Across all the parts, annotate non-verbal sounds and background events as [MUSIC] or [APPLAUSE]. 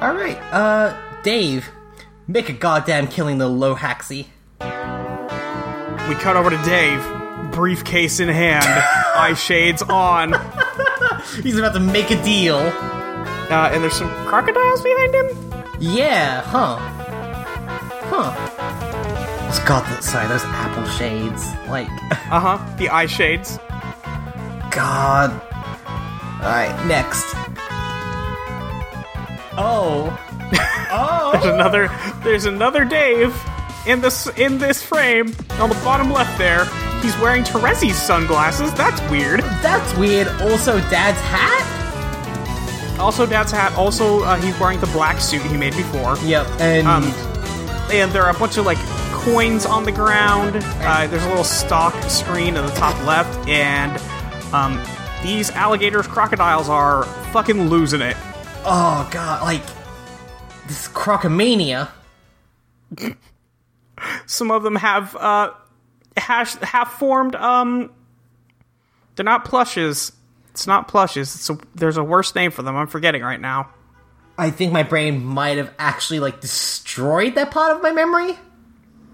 All right, uh, Dave, make a goddamn killing, the low haxy. We cut over to Dave, briefcase in hand, eye shades on, uh, He's about to make a deal. and there's some crocodiles behind him. Yeah, huh? Huh? It's God, that sorry, those apple shades. Like, [LAUGHS] Uh huh. The eye shades. God. All right, next. Oh, There's another. There's another Dave in this in this frame on the bottom left there. He's wearing Terezi's sunglasses. That's weird. that's weird. Also, Dad's hat. Also, Dad's hat. Also, uh, he's wearing the black suit he made before. Yep, and Um, and there are a bunch of like coins on the ground. Uh, there's a little stock screen in the top left, and um, these alligators, crocodiles are fucking losing it. oh God, like this crocomania. Some of them have uh, hash half formed. Um, they're not plushes. It's not plushes. It's a, there's a worse name for them. I'm forgetting right now. I think my brain might have actually like destroyed that part of my memory.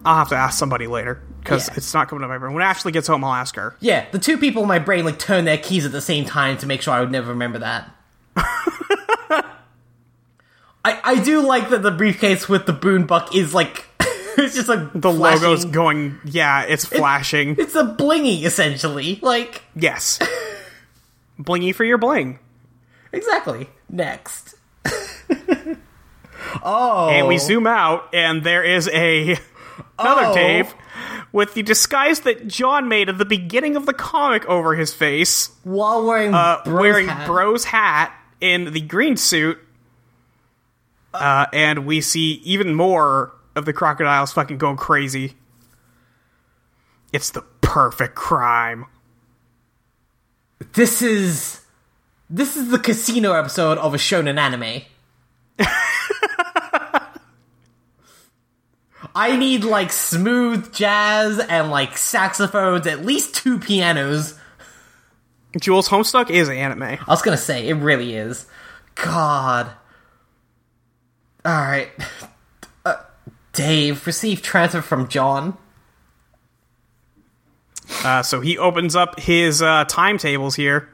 I'll have to ask somebody later because Yeah. it's not coming to my brain. When Ashley gets home, I'll ask her. Yeah, the two people in my brain like turned their keys at the same time to make sure I would never remember [LAUGHS] that. I I do like that the briefcase with the boonbuck is like [LAUGHS] it's just like The logo's going. Yeah, it's flashing. [LAUGHS] It's a blingy essentially. Like yes. Blingy for your bling. exactly. Next. And we zoom out, and there is a [LAUGHS] another Oh. Dave with the disguise that John made at the beginning of the comic over his face, While wearing uh, bro's wearing hat. Bro's hat in the green suit. Uh, and we see even more of the crocodiles fucking going crazy. It's the perfect crime. This is this is the casino episode of a shonen anime. I need like smooth jazz and like saxophones, at least two pianos. Jules Homestuck is anime. I was gonna say it really is. God. All right, uh, Dave received transfer from John. Uh, so he opens up his uh, timetables here,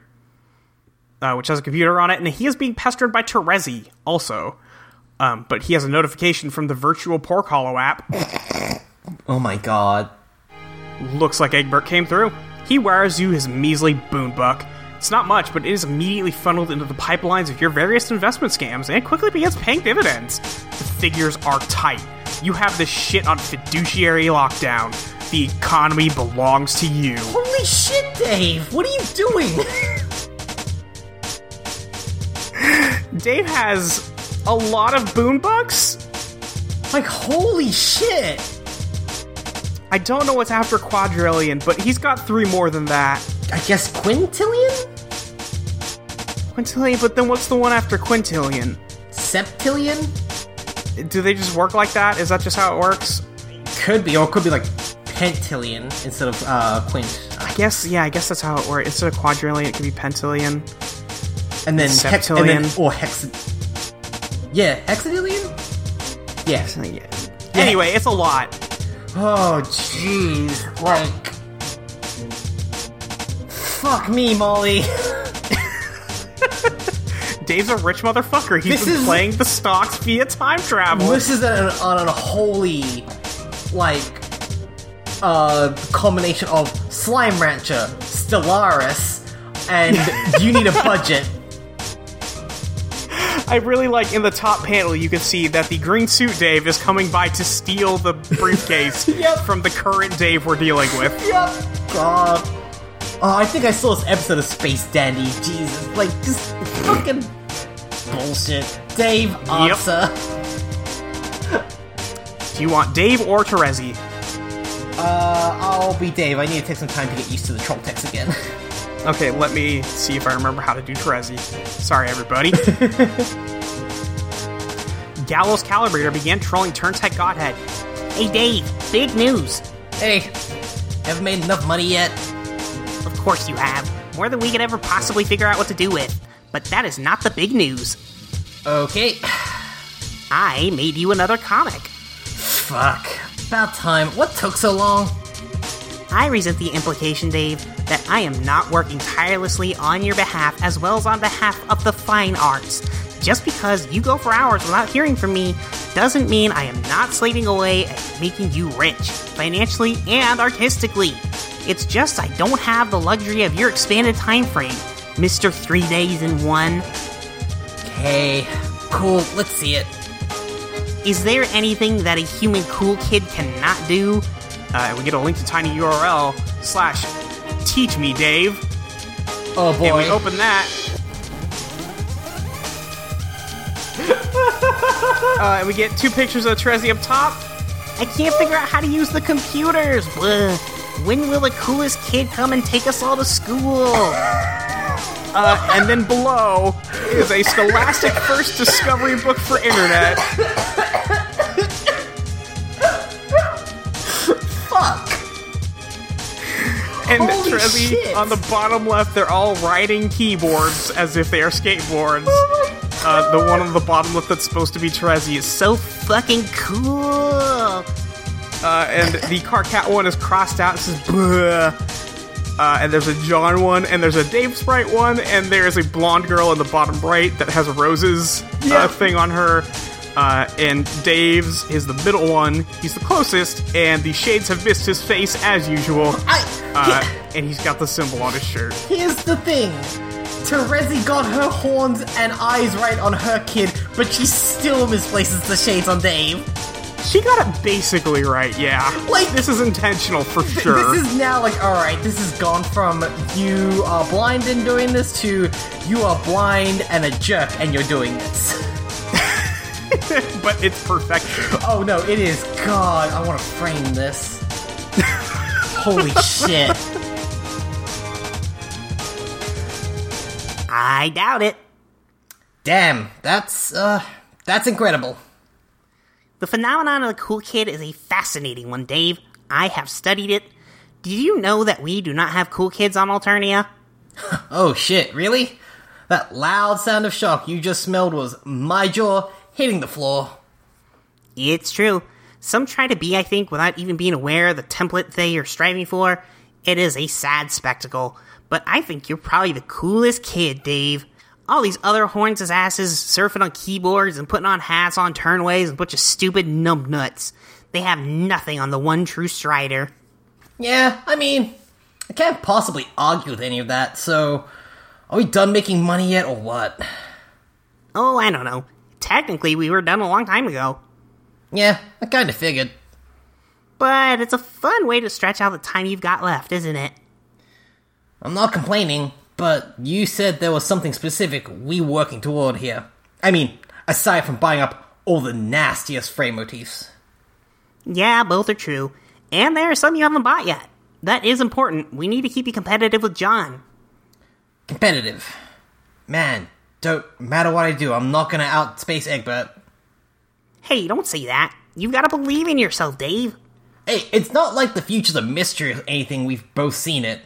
uh, which has a computer on it, and he is being pestered by Terezi also. Um, but he has a notification from the virtual Pork Hollow app. Oh my God. Looks like Egbert came through. He wires you his measly boonbuck. It's not much, but it is immediately funneled into the pipelines of your various investment scams and quickly begins paying dividends. The figures are tight. You have this shit on fiduciary lockdown. The economy belongs to you. Holy shit, Dave! What are you doing? [LAUGHS] Dave has a lot of boombucks. like holy shit! I don't know what's after quadrillion, but he's got three more than that. I guess quintillion. Quintillion, but then what's the one after quintillion? septillion Do they just work like that? Is that just how it works? could be or it could be like pentillion instead of uh quint I guess, yeah, I guess that's how it works. Instead of quadrillion, it could be pentillion. and then hex and then, Septillion. or hex yeah hexadillion yeah Anyway, it's a lot. oh jeez like fuck me molly [LAUGHS] Dave's a rich motherfucker. He's This been is- playing the stocks via time travel. this is an, an unholy like uh combination of slime rancher stellaris and you need a budget [LAUGHS] I really like in the top panel, you can see that the green suit Dave is coming by to [LAUGHS] steal the briefcase Yep. from the current Dave we're dealing with. Yup. God. Oh, I think I saw this episode of Space Dandy. Jesus, like just fucking bullshit. Dave, answer. Do you want Dave or Terezi? Uh, I'll be Dave. I need to take some time to get used to the troll text again. [LAUGHS] Okay, let me see if I remember how to do Terezi. Sorry, [LAUGHS] everybody. Gallows Calibrator began trolling Turnsight Godhead. Hey, Dave, big news. hey, haven't made enough money yet. Of course you have. More than we could ever possibly figure out what to do with. But that is not the big news. Okay. I made you another comic. Fuck. About time. What took so long? I resent the implication, Dave, that I am not working tirelessly on your behalf as well as on behalf of the fine arts. Just because you go for hours without hearing from me doesn't mean I am not slaving away at making you rich, financially and artistically. It's just I don't have the luxury of your expanded time frame, Mr. Three Days in One. Hey, cool. Let's see it. Is there anything that a human cool kid cannot do? Uh, we get a link to tinyurl slash teach me Dave. Oh And boy. we open that. [LAUGHS] uh, and we get two pictures of Trezzy up top. I can't figure out how to use the computers. Blah. When will the coolest kid come and take us all to school? uh, and then below is a Scholastic First Discovery Book for Internet. Fuck. And Holy Trezzy shit. on the bottom left, they're all riding keyboards as if they are [LAUGHS] skateboards. uh, the one on the bottom left that's supposed to be Trezzy is so fucking cool. Uh, and the car cat one is crossed out. It says "Bleh." Uh, and there's a John one, and there's a Dave Sprite one, and there's a blonde girl in the bottom right that has a roses uh, Yeah. thing on her. Uh, and Dave's is the middle one. He's the closest, and the shades have missed his face as usual. I. Uh, and he's got the symbol on his shirt. he- here's the thing. Terezi got her horns and eyes right on her kid, but she still misplaces the shades on Dave. She got it basically right, yeah. Like- this is intentional for Th- sure. This is now like, alright, this has gone from you are blind and doing this to you are blind and a jerk and you're doing this. but it's perfection. Oh no, it is. God, I want to frame this. Holy shit. I doubt it. Damn, that's, uh, that's incredible. The phenomenon of the cool kid is a fascinating one, Dave. I have studied it. Did you know that we do not have cool kids on Alternia? Oh shit, really? That loud sound of shock you just smelled was my jaw hitting the floor. It's true. Some try to be, I think, without even being aware of the template they are striving for. It is a sad spectacle, but I think you're probably the coolest kid, Dave. All these other horns as asses surfing on keyboards and putting on hats on turnways and a bunch of stupid numbnuts. They have nothing on the one true strider. Yeah, I mean, I can't possibly argue with any of that, so are we done making money yet or what? Oh, I don't know. Technically, we were done a long time ago. Yeah, I kinda figured. But it's a fun way to stretch out the time you've got left, isn't it? I'm not complaining, but you said there was something specific we working toward here. I mean, aside from buying up all the nastiest frame motifs. Yeah, both are true. And there are some you haven't bought yet. That is important. We need to keep you competitive with John. Competitive. Man, don't matter what I do, I'm not gonna outspace Egbert. Hey, don't say that. You've got to believe in yourself, Dave. Hey, it's not like the future's a mystery or anything, we've both seen it.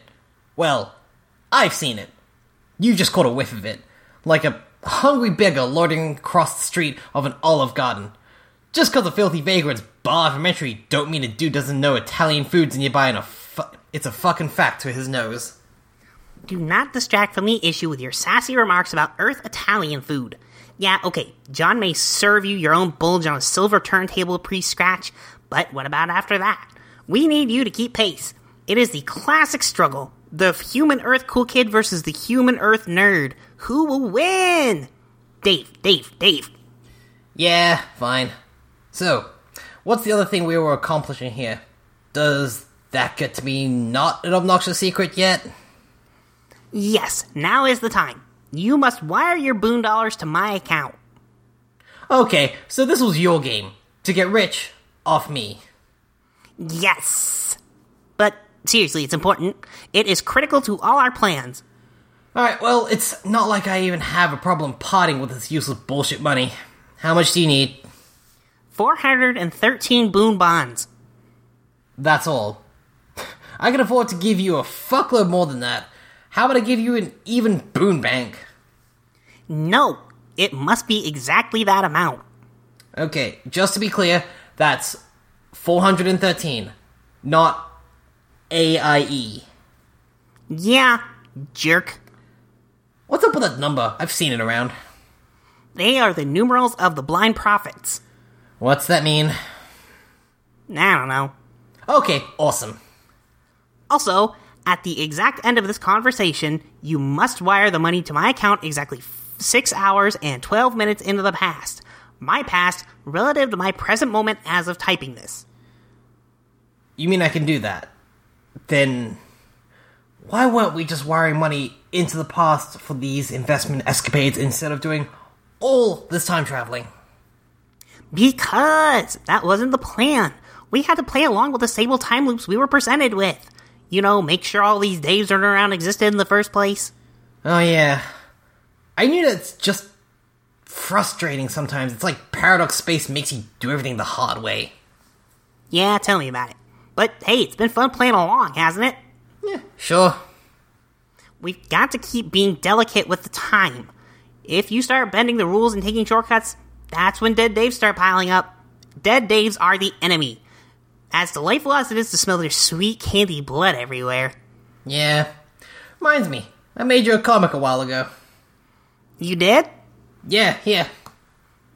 Well, I've seen it. You just caught a whiff of it. Like a hungry beggar loitering across the street of an olive garden. Just 'cause a filthy vagrant's bar elementary don't mean a dude doesn't know Italian food's nearby and a fu- it's a fucking fact to his nose. Do not distract from the issue with your sassy remarks about Earth Italian food. Yeah, okay, John may serve you your own bulge on a silver turntable pre scratch, but what about after that? We need you to keep pace. It is the classic struggle the human Earth cool kid versus the human Earth nerd. Who will win? Dave, Dave, Dave. Yeah, fine. So, what's the other thing we were accomplishing here? Does that get to be not an obnoxious secret yet? Yes, now is the time. You must wire your boon dollars to my account. Okay, so this was your game. To get rich off me. Yes. But seriously, it's important. It is critical to all our plans. Alright, well, it's not like I even have a problem parting with this useless bullshit money. How much do you need? 413 boon bonds. That's all. [LAUGHS] I can afford to give you a fuckload more than that. How about I give you an even boon bank? No, it must be exactly that amount. Okay, just to be clear, that's 413, not E. AIE. Yeah, jerk. What's up with that number? I've seen it around. They are the numerals of the blind prophets. What's that mean? I don't know. Okay, awesome. Also, at the exact end of this conversation, you must wire the money to my account exactly f- 6 hours and 12 minutes into the past. My past relative to my present moment as of typing this. You mean I can do that? Then why weren't we just wiring money into the past for these investment escapades instead of doing all this time traveling? Because that wasn't the plan. We had to play along with the stable time loops we were presented with. You know, make sure all these days running around existed in the first place. Oh yeah. I knew that's just frustrating sometimes. It's like paradox space makes you do everything the hard way. Yeah, tell me about it. But hey, it's been fun playing along, hasn't it? Yeah, sure. We've got to keep being delicate with the time. If you start bending the rules and taking shortcuts, that's when dead Daves start piling up. Dead Daves are the enemy. As delightful as it is to smell their sweet candy blood everywhere, Yeah. Reminds me, I made you a comic a while ago. you did? Yeah, yeah.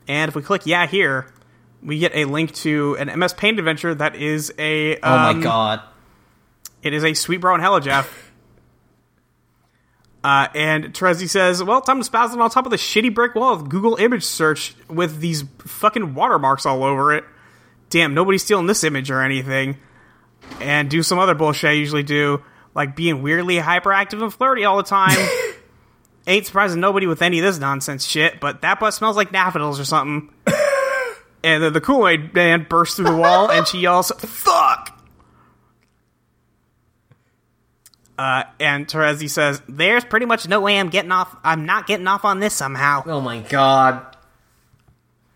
And if we click yeah here, we get a link to an MS Paint adventure that is a um, Oh my god. It is a sweet bro in hella, Jeff. Uh, and Trezzy says, "Well, time to spaz it on top of the shitty brick wall with Google image search with these fucking watermarks all over it. Damn, nobody's stealing this image or anything. And do some other bullshit I usually do, like being weirdly hyperactive and flirty all the time. Ain't surprising nobody with any of this nonsense shit. But that butt smells like daffodils or something." and then the Kool Aid man bursts through the wall, and she yells, "Fuck!" Uh, And Terezi says, "There's pretty much no way I'm getting off. I'm not getting off on this somehow." Oh my god.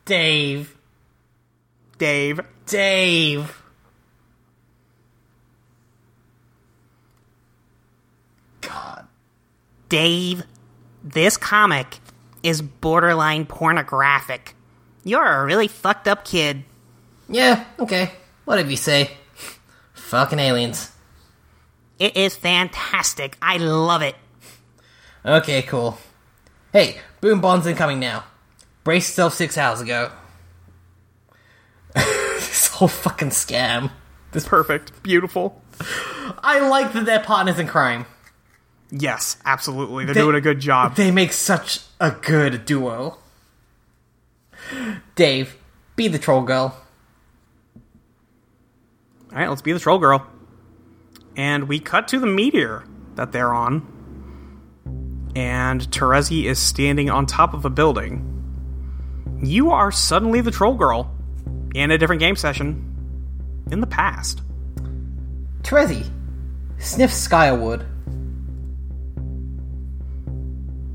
Dave. Dave, Dave. God. Dave, this comic is borderline pornographic. You're a really fucked up kid. Yeah, okay. Whatever you say. Fucking aliens. It is fantastic. I love it. Okay, cool. Hey, Boom Bond's incoming now. Brace yourself six hours ago. [LAUGHS] this whole fucking scam. It's perfect, beautiful. I like that they're partners in crime. Yes, absolutely. They're They- doing a good job. They make such a good duo. Dave, be the troll girl. All right, let's be the troll girl. And we cut to the meteor that they're on. And Terezi is standing on top of a building. You are suddenly the troll girl in a different game session in the past. Terezi, sniff Skywood.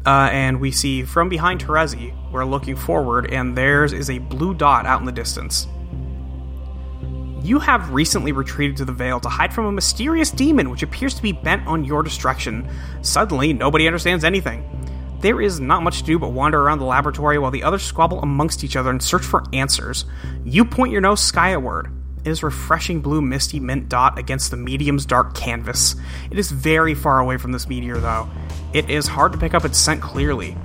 Uh, and we see from behind Terezi, we're looking forward, and theirs is a blue dot out in the distance. You have recently retreated to the Vale to hide from a mysterious demon which appears to be bent on your destruction. Suddenly, nobody understands anything. There is not much to do but wander around the laboratory while the others squabble amongst each other and search for answers. You point your nose skyward. It is a refreshing blue misty mint dot against the medium's dark canvas. It is very far away from this meteor, though. It is hard to pick up its scent clearly.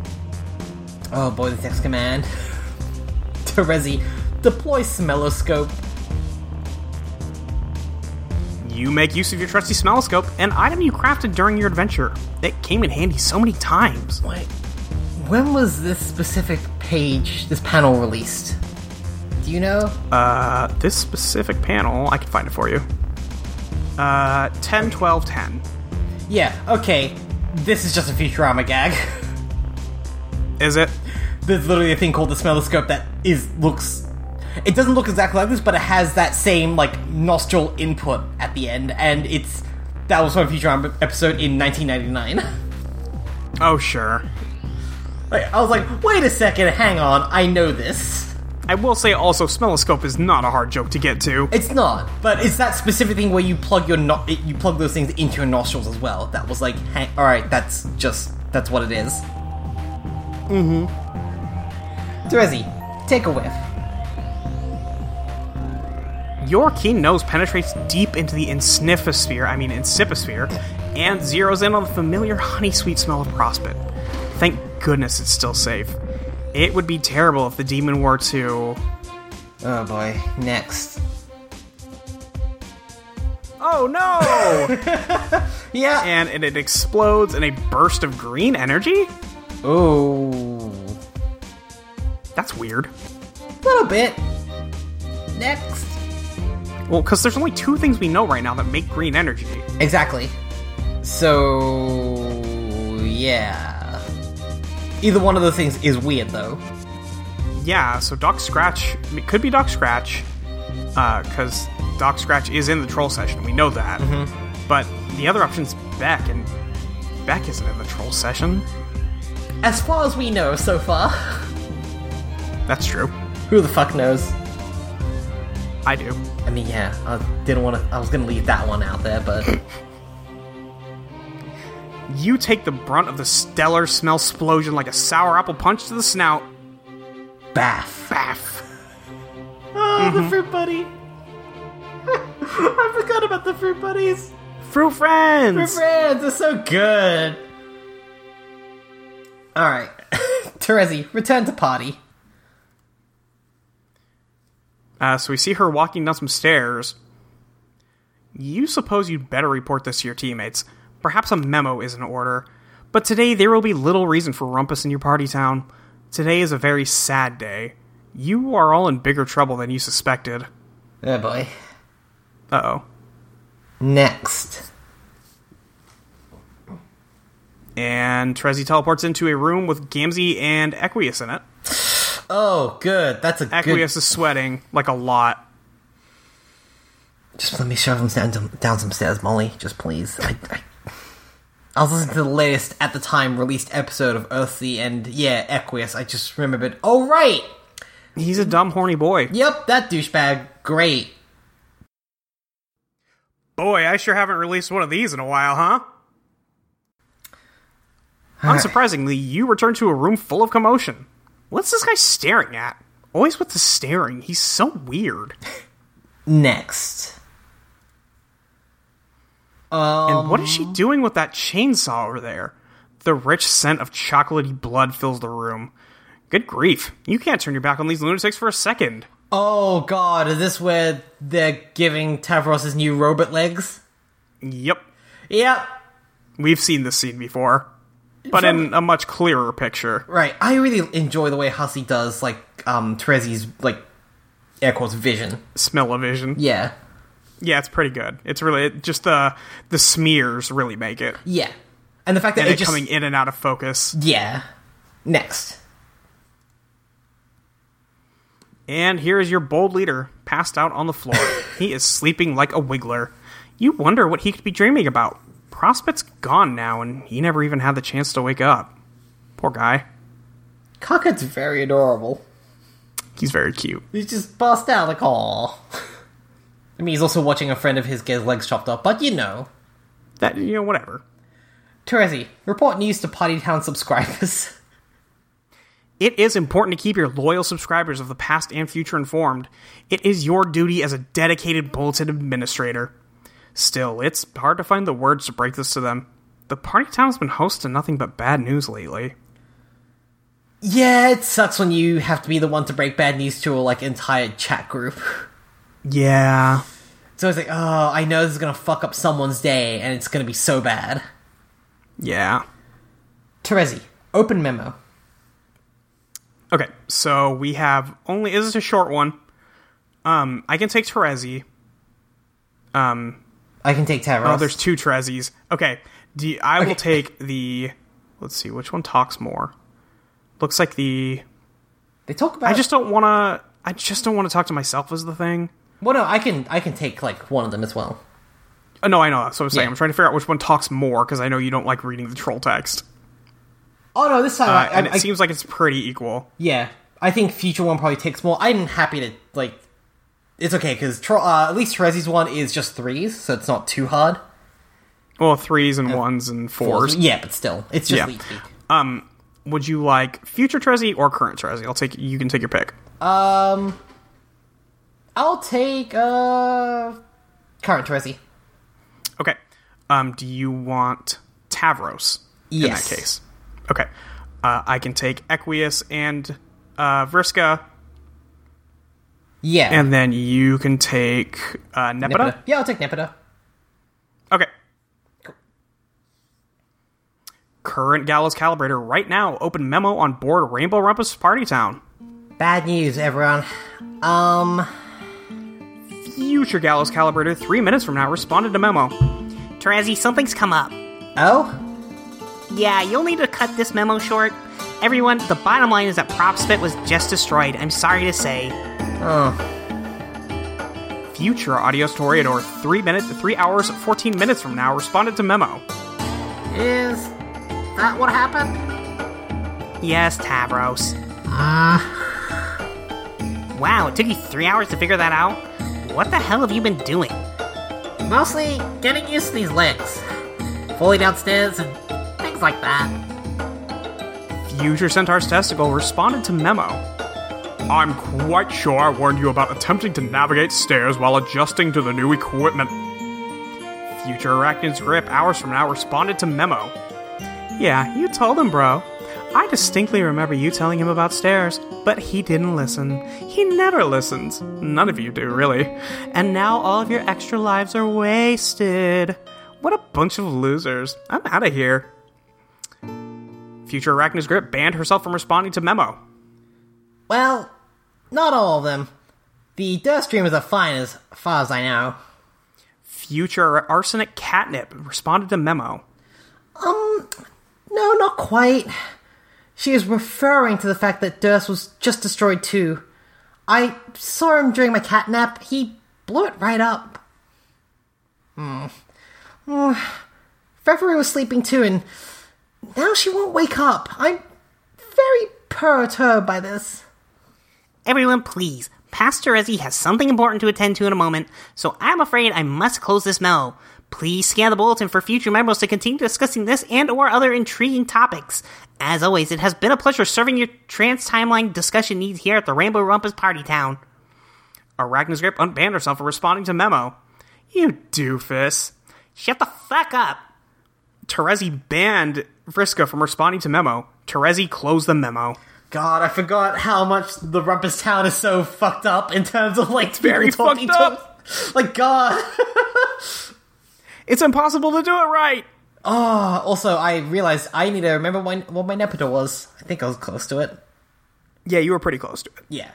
Oh boy, this next command. [LAUGHS] Terezi, deploy Smelloscope. You make use of your trusty smelloscope, an item you crafted during your adventure. It came in handy so many times. Wait, when was this specific page, this panel released? Do you know? Uh, this specific panel, I can find it for you. Uh, 10, 12, 10. Yeah, okay. This is just a Futurama gag. [LAUGHS] Is it? There's literally a thing called the smelloscope that is looks. It doesn't look exactly like this, but it has that same like nostril input at the end, and it's that was from a Futurama episode in 1999. [LAUGHS] Oh, sure. like, I was like, wait a second, hang on, I know this. I will say also, smelloscope is not a hard joke to get to. It's not, but it's that specific thing where you plug your no- you plug those things into your nostrils as well. That was like, hang- all right, that's just that's what it is. Mm-hmm. Terezi, take a whiff. Your keen nose penetrates deep into the insniffosphere, I mean insiposphere, and zeroes in on the familiar honey sweet smell of Prospect. Thank goodness it's still safe. It would be terrible if the demon were to. Oh boy. Next. Oh no! Yeah. and, and it explodes in a burst of green energy? Ooh. That's weird. Little bit. Next. Well, because there's only two things we know right now that make green energy. Exactly. So yeah. Either one of those things is weird though. Yeah, so Doc Scratch it could be Doc Scratch, because Doc Scratch is in the troll session. We know that. But the other option's Beck, and Beck isn't in the troll session. As far as we know so far. That's [LAUGHS] true. Who the fuck knows? I do. I mean, yeah, I didn't want to. I was gonna leave that one out there, but [LAUGHS] You take the brunt of the stellar smell splosion like a sour apple punch to the snout. baff. Baff. Oh, the fruit buddy. [LAUGHS] I forgot about the fruit buddies. Fruit friends. Fruit friends, they're so good. All right, [LAUGHS] Terezi, return to party. Uh, so we see her walking down some stairs. You suppose you'd better report this to your teammates. Perhaps a memo is in order. But today there will be little reason for rumpus in your party town. Today is a very sad day. You are all in bigger trouble than you suspected. Oh boy. Uh oh. Next. And Trezzy teleports into a room with Gamzee and Equius in it. Oh, good. That's a good. Equius is sweating, like a lot. Just let me shove him down, down some stairs, Molly. Just please. I, I, I was listening to the latest at the time released episode of Earthsea, and yeah, Equius. I just remembered. Oh right. He's a dumb, horny boy. Yep, that douchebag. Great. Boy, I sure haven't released one of these in a while, huh? Unsurprisingly, you return to a room full of commotion. What's this guy staring at? Always with the staring. He's so weird. Next. And what is she doing with that chainsaw over there? The rich scent of chocolaty blood fills the room. Good grief. You can't turn your back on these lunatics for a second. Oh god, is this where they're giving Tavros' new robot legs? Yep. Yep. We've seen this scene before. But in a much clearer picture. Right. I really enjoy the way Hussey does like um Terezi's like air quotes vision. Smell-o-vision. Yeah. Yeah, it's pretty good. It's really it, just the the smears really make it. Yeah. And the fact that And it, it just coming in and out of focus. Yeah. Next. And here is your bold leader, passed out on [LAUGHS] the floor. he is sleeping like a wiggler. You wonder what he could be dreaming about. Prospect's gone now, and he never even had the chance to wake up. Poor guy. Cocket's very adorable. He's very cute. He's just passed out like aw. I mean he's also watching a friend of his get his legs chopped off, but you know. That you know, whatever. Terezi, report news to Party Town subscribers. [LAUGHS] It is important to keep your loyal subscribers of the past and future informed. It is your duty as a dedicated bulletin administrator. Still, it's hard to find the words to break this to them. The party town's been host to nothing but bad news lately. yeah, it sucks when you have to be the one to break bad news to a like entire chat group. [LAUGHS] Yeah. So it's like, oh, I know this is gonna fuck up someone's day, and it's gonna be so bad. Yeah. Terezi, open memo. Okay, so we have only is this a short one? Um, I can take Terezi. I can take Tavros. Oh, there's two Terezis. Okay, do you- I will take the. Let's see which one talks more. Looks like the. they talk about. I just don't want to. I just don't want to talk to myself as the thing. Well, no, I can. I can take like one of them as well. Oh, no, I know. That's what I'm saying. Yeah. I'm trying to figure out which one talks more because I know you don't like reading the troll text. Oh no, this time. Uh, I, and it I, seems like it's pretty equal. yeah, I think future one probably takes more. I'm happy to like. It's okay because uh, at least Terezi's one is just threes, so it's not too hard. Well, threes and ones and fours. Yeah, but still, it's just Yeah. league speak. Would you like future Trezzy or current Trezzy? I'll take. You can take your pick. Um, I'll take uh current Teresi. Okay. Um, do you want Tavros in Yes. that case? Okay. Uh, I can take Equius and uh, Vriska, Yeah. and then you can take uh, Nepeta. Nepeta. Yeah, I'll take Nepeta. Okay. Current Gallows Calibrator right now. Open memo on board Rainbow Rumpus Party Town. Bad news, everyone. Um Future Gallows Calibrator, three minutes from now, responded to memo. Terezi, something's come up. oh? Yeah, you'll need to cut this memo short. Everyone, the bottom line is that PropSpit was just destroyed. I'm sorry to say. oh, Future Audios Toreador, three minutes, three hours, fourteen minutes from now, responded to memo. Is that what happened? Yes, Tavros. Uh, Ah. Wow, it took you three hours to figure that out? What the hell have you been doing? Mostly getting used to these legs. Falling downstairs and things like that. Future Centaur's Testicle responded to memo. I'm quite sure I warned you about attempting to navigate stairs while adjusting to the new equipment. Future Arachnid's Grip, hours from now, responded to memo. Yeah, you told him, bro. I distinctly remember you telling him about stairs, but he didn't listen. He never listens. None of you do, really. And now all of your extra lives are wasted. What a bunch of losers. I'm out of here. Future Arachnid's Grip banned herself from responding to memo. Well, not all of them. The dirt streamers are fine as far as I know. Future Arsenic Catnip responded to memo. Um, no, not quite. She is referring to the fact that Durst was just destroyed too. I saw him during my cat nap. He blew it right up. Hmm. Hmm. February was sleeping too, and now she won't wake up. I'm very perturbed by this. Everyone, please. Pastor Ezzy has something important to attend to in a moment, so I'm afraid I must close this memo. Please scan the bulletin for future memos to continue discussing this and or other intriguing topics. As always, it has been a pleasure serving your trans timeline discussion needs here at the Rainbow Rumpus Party Town. Arachnid's Grip unbanned herself from responding to memo. You doofus. Shut the fuck up! Terezi banned Vriska from responding to memo. Terezi closed the memo. God, I forgot how much the Rumpus Town is so fucked up in terms of like very people talking fucked to up. Like God. It's impossible to do it right. Also, I realized I need to remember my, what my Nepeta was. I think I was close to it. Yeah, you were pretty close to it. Yeah.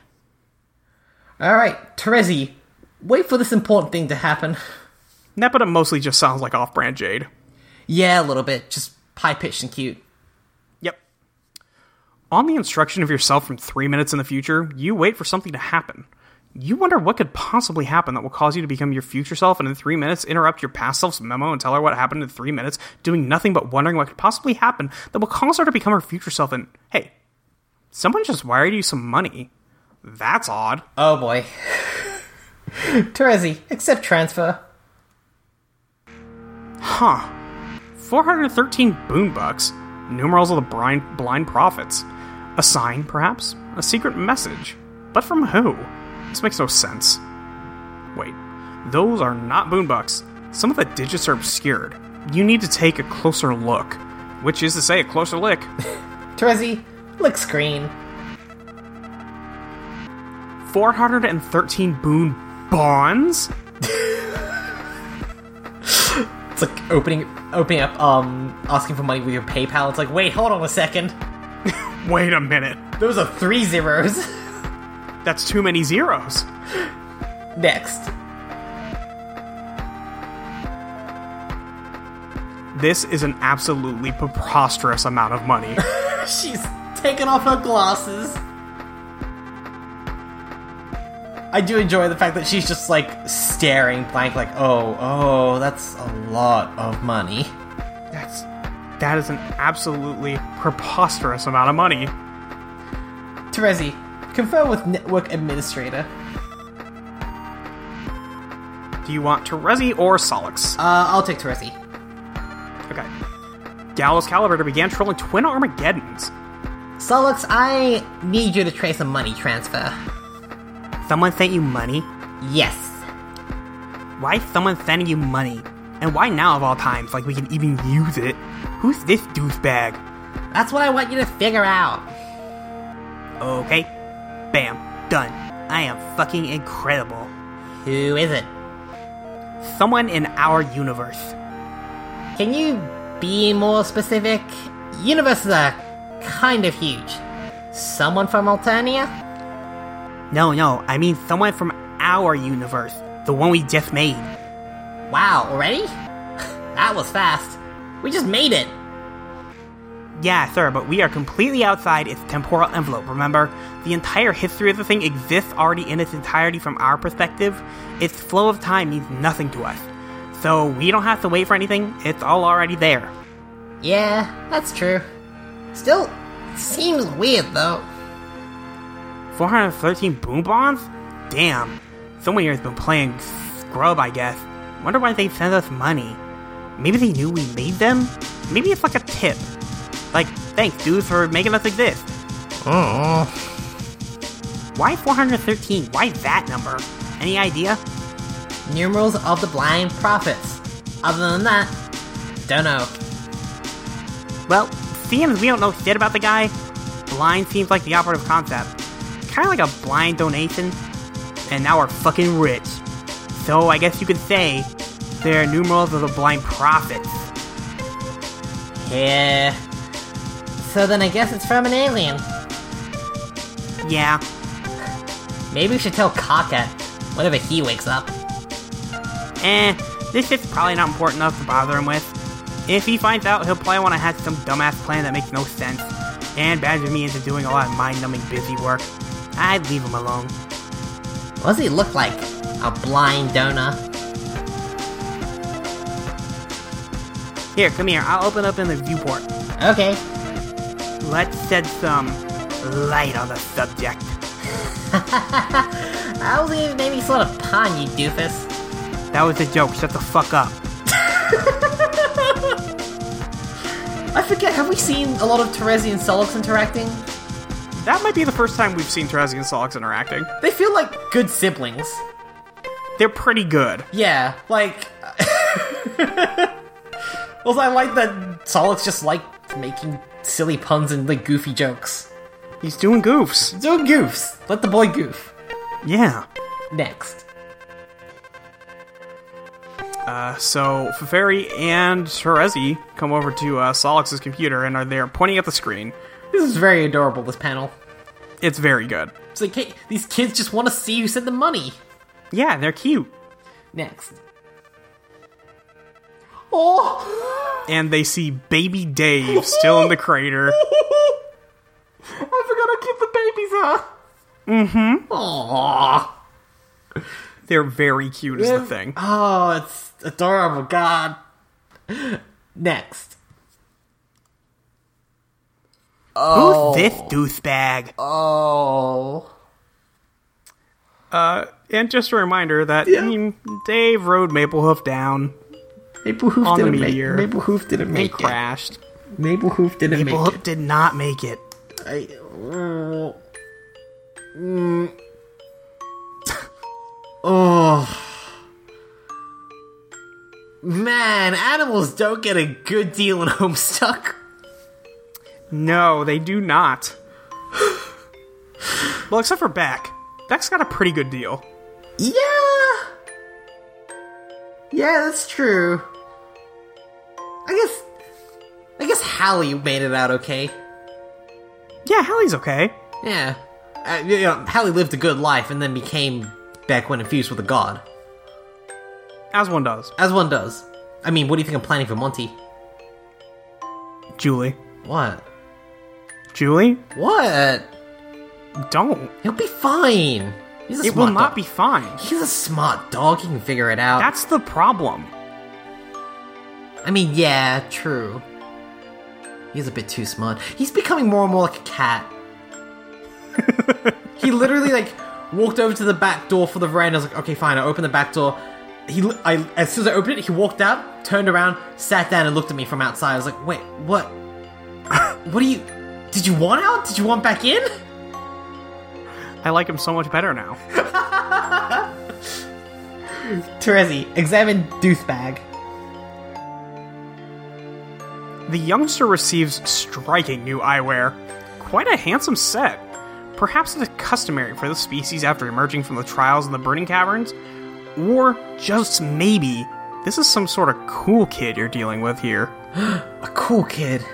Alright, Terezi, wait for this important thing to happen. [LAUGHS] Nepeta mostly just sounds like off brand Jade. Yeah, a little bit. Just high pitched and cute. Yep. On the instruction of yourself from three minutes in the future, you wait for something to happen. You wonder what could possibly happen that will cause you to become your future self, and in three minutes, interrupt your past self's memo and tell her what happened in three minutes, doing nothing but wondering what could possibly happen that will cause her to become her future self. And hey, someone just wired you some money. That's odd. Oh boy. [LAUGHS] Terezi, accept transfer. Huh. 413 boon bucks. Numerals of the blind, blind prophets. A sign, perhaps? A secret message? But from who? This makes no sense. Wait, those are not boon bucks. Some of the digits are obscured. You need to take a closer look. Which is to say, a closer [LAUGHS] look. Terezi, look screen. 413 boon bonds? It's like opening opening up um asking for money with your PayPal. It's like, wait, hold on a second. Wait a minute. Those are three zeros. [LAUGHS] That's too many zeros. Next. This is an absolutely preposterous amount of money. She's taking off her glasses. I do enjoy the fact that she's just like staring blank, like, oh, oh, that's a lot of money. That's that is an absolutely preposterous amount of money. Terezi, confer with network administrator. Do you want Terezi or Solix? Uh, I'll take Terezi. Okay. Gallows Calibrator began trolling twin Armageddons. Solux, I need you to trace a money transfer. Someone sent you money? Yes. Why is someone sending you money? And why now of all times? Like we can even use it? Who's this douchebag? That's what I want you to figure out. Okay. Bam. Done. I am fucking incredible. Who is it? Someone in our universe. Can you be more specific? Universes are kind of huge. Someone from Alternia? No, no, I mean someone from our universe. The one we just made. Wow, already? [SIGHS] that was fast. We just made it. Yeah, sir, but we are completely outside its temporal envelope, remember? The entire history of the thing exists already in its entirety from our perspective. Its flow of time means nothing to us. So we don't have to wait for anything, it's all already there. Yeah, that's true. Still, seems weird though. 413 boom bombs? Damn. Someone here has been playing scrub, I guess. Wonder why they sent us money. Maybe they knew we made them? Maybe it's like a tip. Like, thanks, dude, for making us exist. Why 413? Why that number? Any idea? Numerals of the blind prophets. Other than that, don't know. Well, seeing as we don't know shit about the guy, blind seems like the operative concept. Kinda like a blind donation, and now we're fucking rich. So I guess you could say they're numerals of the blind prophets. Yeah. So then I guess it's from an alien. Yeah, Maybe we should tell Kaka whenever he wakes up. eh, this shit's probably not important enough to bother him with. If he finds out, he'll probably want to have some dumbass plan that makes no sense, and badger me into doing a lot of mind-numbing busy work. I'd leave him alone. What does he look like? A blind donor? Here, come here, I'll open up in the viewport. Okay. Let's shed some light on the subject. I was gonna name you sort of pun, you doofus. That was a joke, shut the fuck up. [LAUGHS] I forget, have we seen a lot of Terezi and Solix interacting? That might be the first time we've seen Terezi and Solix interacting. They feel like good siblings. They're pretty good. Yeah, like. [LAUGHS] also, I like that Solix just like making silly puns and like goofy jokes. He's doing goofs. Do goofs. Let the boy goof. Yeah. Next. Uh, so Faferi and Terezi come over to uh, Solix's computer and are there pointing at the screen. This is very adorable. This panel. It's very good. It's like, hey, these kids just want to see who sent the money. Yeah, they're cute. Next. Oh! And they see baby Dave still in the crater. I forgot [LAUGHS] I keep the babies up. Mm-hmm. Aww. They're very cute is the thing. Oh, it's adorable. God. Next. Who's this douchebag? Oh. Uh, And just a reminder that I mean, Dave rode Maplehoof down Maple Hoof On the didn't make meteor. Maple Hoof didn't and make it. crashed. Maple Hoof didn't People make it. did not make it. I, oh. Mm. [SIGHS] oh. Man, animals don't get a good deal in [LAUGHS] Homestuck. No, they do not. well, except for Beck. Beck's got a pretty good deal. Yeah. Yeah, that's true. I guess. I guess Hallie made it out okay. Yeah, Hallie's okay. Yeah. Uh, you know, Hallie lived a good life and then became back when infused with a god. As one does. As one does. I mean, what do you think I'm planning for Monty? Julie. What? Julie? What? Don't. He'll be fine. He's a It smart will not dog. be fine. He's a smart dog. He can figure it out. That's the problem. I mean, yeah, true. He's a bit too smart. He's becoming more and more like a [LAUGHS] cat. he literally like walked over to the back door for the veranda. I was like, okay, fine. I open the back door. He, l- I, as soon as I opened it, he walked out, turned around, sat down, and looked at me from outside. I was like, wait, what? what do you? Did you want out? Did you want back in? [LAUGHS] I like him so much better now. Terezi, examine douchebag. The youngster receives striking new eyewear. Quite a handsome set. Perhaps it is customary for the species after emerging from the trials in the burning caverns. Or just maybe, this is some sort of cool kid you're dealing with here. A cool kid. [LAUGHS]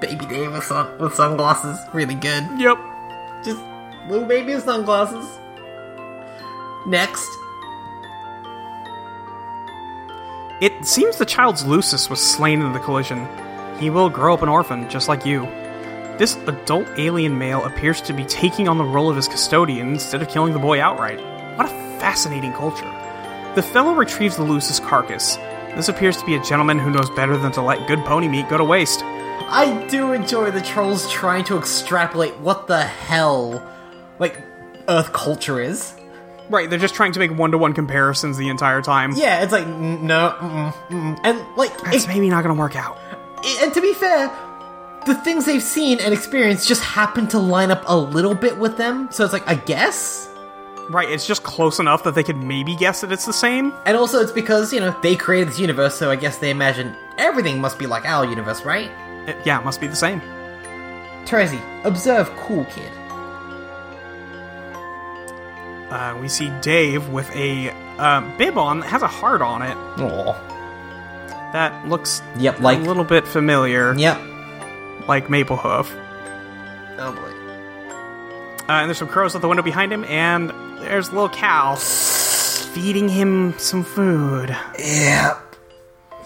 Baby Dave with, sun- with sunglasses, really good. Yep. Just little baby with sunglasses. Next. It seems the child's Lucis was slain in the collision. He will grow up an orphan, just like you. This adult alien male appears to be taking on the role of his custodian instead of killing the boy outright. What a fascinating culture. The fellow retrieves the Lucis carcass. This appears to be a gentleman who knows better than to let good pony meat go to waste. I do enjoy the trolls trying to extrapolate what the hell, like, Earth culture is. Right, they're just trying to make one to one comparisons the entire time. Yeah, it's like, n- no, mm, mm. and like, It's it- maybe not gonna work out. it- and to be fair, the things they've seen and experienced just happen to line up a little bit with them, so it's like, I guess? Right, it's just close enough that they could maybe guess that it's the same. And also, it's because, you know, they created this universe, so I guess they imagine everything must be like our universe, right? Uh, yeah, it must be the same. Terezi, observe cool kid. Uh, we see Dave with a uh, bib on that has a heart on it Aww. that looks Yep, like. a little bit familiar, Yep. like Maplehoof. Uh, Oh boy. and there's some crows at the window behind him, and there's little Cal feeding him some food. Yep.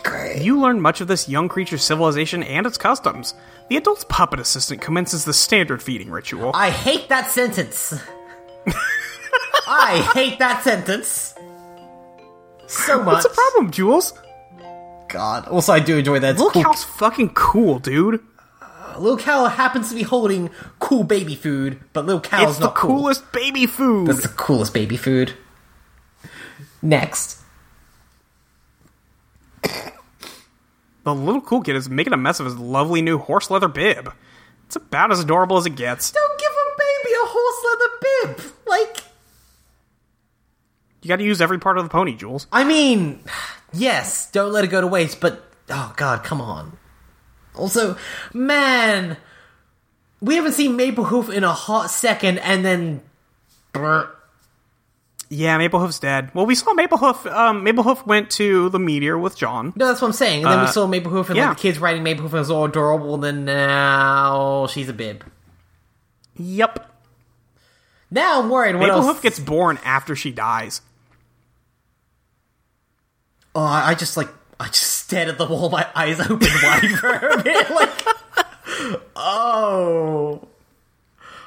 Great. You learn much of this young creature's civilization and its customs. The adult's puppet assistant commences the standard feeding ritual. I hate that sentence. I hate that sentence. So much. What's the problem, Jules? God. Also, I do enjoy that. Little It's cool. Cal's fucking cool, dude. Lil Cal happens to be holding cool baby food, but Lil Cal's it's the not cool. coolest baby food. That's the coolest baby food. Next. The little cool kid is making a mess of his lovely new horse leather bib. It's about as adorable as it gets. Don't give a baby a horse leather bib. Like, You gotta use every part of the pony, Jules. I mean, yes, don't let it go to waste, but oh god, come on. Also, man, we haven't seen Maplehoof in a hot second, and then. Brr. Yeah, Maplehoof's dead. Well, we saw Maplehoof. Um, Maplehoof went to the meteor with John. No, that's what I'm saying. And then we saw Maplehoof, and yeah. like, the kids riding Maplehoof, and it was all adorable, and then now she's a bib. Yep. Now I'm worried. What else? Maplehoof gets born after she dies. Oh, I I just like I just stared at the wall, my eyes [LAUGHS] opened wide for a bit, like, oh,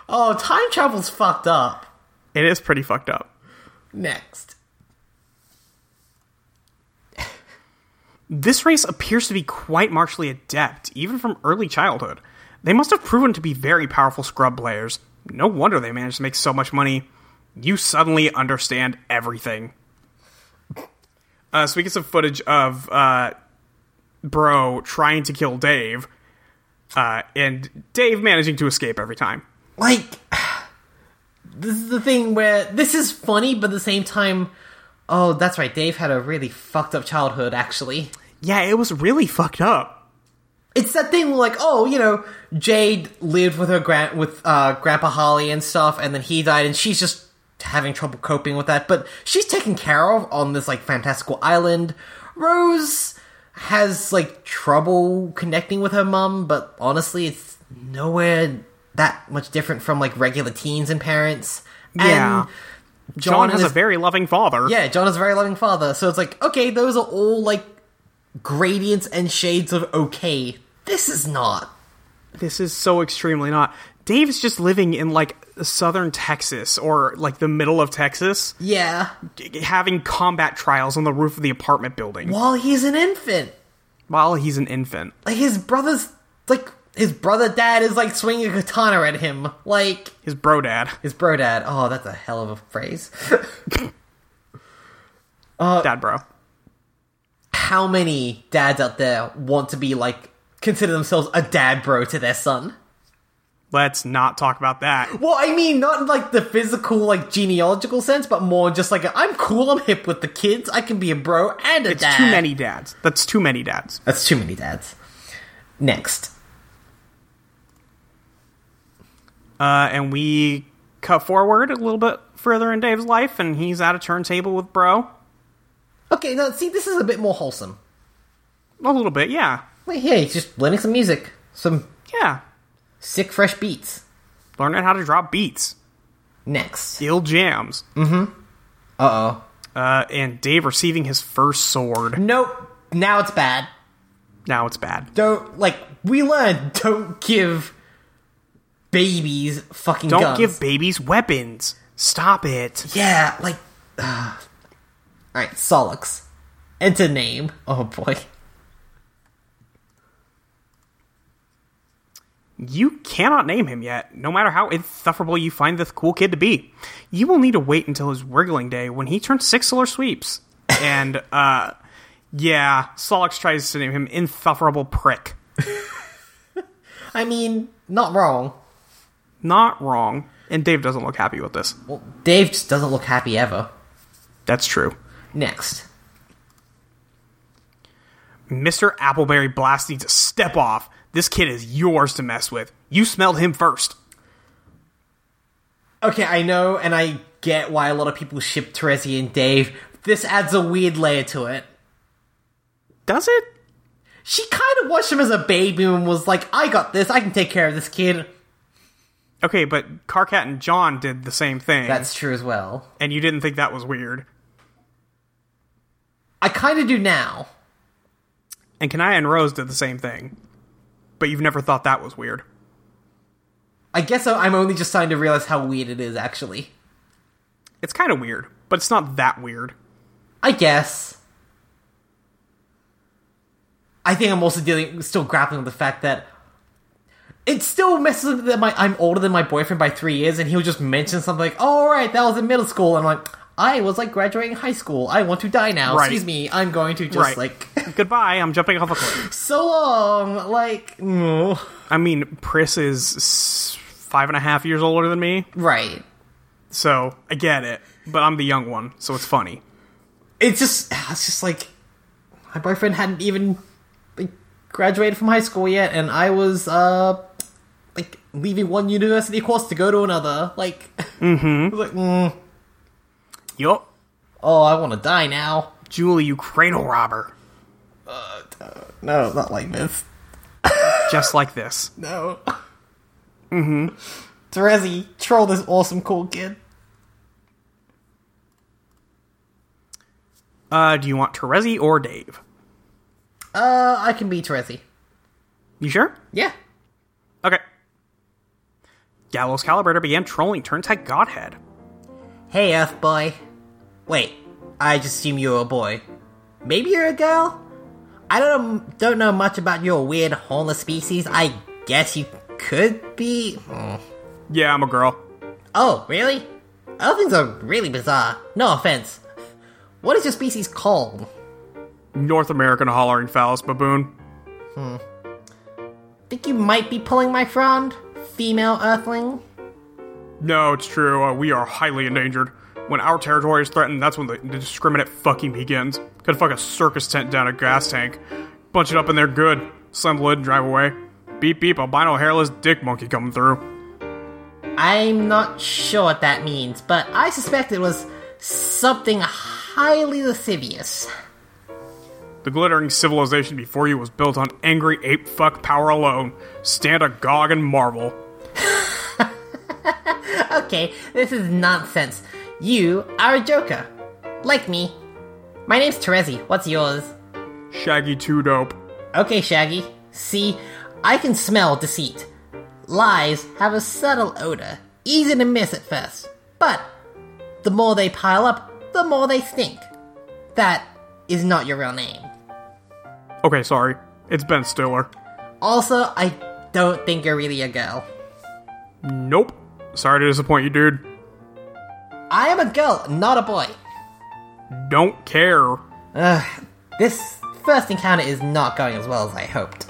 oh, time travel's fucked up. It is pretty fucked up. Next, This race appears to be quite martially adept, even from early childhood. They must have proven to be very powerful scrub players. No wonder they managed to make so much money. You suddenly understand everything. Uh, so we get some footage of uh, Bro trying to kill Dave, uh, and Dave managing to escape every time. like, this is the thing where this is funny, but at the same time, oh, that's right. Dave had a really fucked up childhood, actually. Yeah, it was really fucked up. it's that thing where, like oh you know Jade lived with her grand with uh, Grandpa Holly and stuff, and then he died, and she's just having trouble coping with that. But she's taken care of on this like fantastical island. Rose has like trouble connecting with her mum, but honestly, it's nowhere that much different from like regular teens and parents. Yeah. and John, has is- a very loving father. yeah, John is a very loving father. So it's like, okay, those are all like gradients and shades of okay. This is not. This is so extremely not. Dave's just living in like southern Texas or like the middle of Texas, Yeah. g- having combat trials on the roof of the apartment building While he's an infant. while he's an infant. Like his brother's like his brother dad is like swinging a katana at him. Like His bro dad, his bro dad. Oh, that's a hell of a phrase. dad bro. How many dads out there want to be like consider themselves a dad bro to their son? Let's not talk about that. Well, I mean, not in, like the physical, like genealogical sense, but more just like a, I'm cool, I'm hip with the kids, I can be a bro and a It's dad. too many dads. That's too many dads. That's too many dads. Next. Uh, and we cut forward a little bit further in Dave's life, and he's at a turntable with Bro. Okay, now see, this is a bit more wholesome. A little bit, yeah. Like, hey, he's just learning some music, some Yeah. sick fresh beats. Learning how to drop beats. Next. Ill jams. Uh oh. Uh, and Dave receiving his first sword. Nope. Now it's bad. Now it's bad. Don't like we learned. [LAUGHS] Don't give babies fucking Don't guns. give babies weapons. Stop it. Yeah, like. ugh. All right, Solix. Enter name. Oh boy. You cannot name him yet, no matter how insufferable you find this cool kid to be. You will need to wait until his wriggling day when he turns six [LAUGHS] solar sweeps. And, uh, yeah, Solix tries to name him Insufferable Prick. I mean, not wrong. Not wrong. And Dave doesn't look happy with this. Well, Dave just doesn't look happy ever. That's true. Next. Mr. Appleberry Blast needs to step off. This kid is yours to mess with. You smelled him first. Okay, I know, and I get why a lot of people ship Terezi and Dave. This adds a weird layer to it. Does it? She kind of watched him as a baby and was like, "I got this. I can take care of this kid." Okay, but Carcat and John did the same thing. That's true as well. and you didn't think that was weird. I kind of do now. And Kanaya and Rose did the same thing. But you've never thought that was weird. I guess I- I'm only just starting to realize how weird it is, actually. It's kind of weird, but it's not that weird. I guess. I think I'm also dealing, still grappling with the fact that it still messes up that my I'm older than my boyfriend by three years, and he'll just mention something like, "Oh, "All right, that was in middle school," and I'm like, "I was like graduating high school. I want to die now. Right. Excuse me. I'm going to just Right. like [LAUGHS] [LAUGHS] Goodbye, I'm jumping off a cliff. so long. [LAUGHS] Like, no. I mean, Pris is s- five and a half years older than me, right? so I get it. But I'm the young one, so it's funny. It's just ah, it's just like my boyfriend hadn't even like, graduated from high school yet, and I was uh like leaving one university course to go to another. Like, [LAUGHS] I was like, mm, Yup. oh, I want to die now. Uh, Julie, you cradle robber. No, not like this. Just like this. No. Mm-hmm. Terezi, troll this awesome cool kid. Uh, do you want Terezi or Dave? Uh, I can be Terezi. You sure? Yeah. Okay. Gallows Calibrator began trolling Turntide Godhead. Hey, Earth boy. Wait, I just assume you're a boy. Maybe you're a girl. I don't don't know much about your weird hornless species. I guess you could be. Hmm. Yeah, I'm a girl. Oh, really? Earthlings are really bizarre. No offense. What is your species called? North American hollering phallus baboon. Think you might be pulling my frond, female Earthling? No, it's true. Uh, we are highly endangered. When our territory is threatened, that's when the, the discriminate fucking begins. Could fuck a circus tent down a gas tank. Bunch it up and they're good. Slam the lid and drive away. Beep beep, albino hairless dick monkey coming through. I'm not sure what that means, but I suspect it was something highly lascivious. The glittering civilization before you was built on angry ape fuck power alone. Stand agog and marvel. Okay, this is nonsense. You are a joker. Like me. My name's Terezi. What's yours? Shaggy too dope. Okay, Shaggy. See, I can smell deceit. Lies have a subtle odor, easy to miss at first. But the more they pile up, the more they stink. That is not your real name. Okay, sorry. It's Ben Stiller. Also, I don't think you're really a girl. Nope. Sorry to disappoint you, dude. I am a girl, not a boy. Don't care. This first encounter is not going as well as I hoped.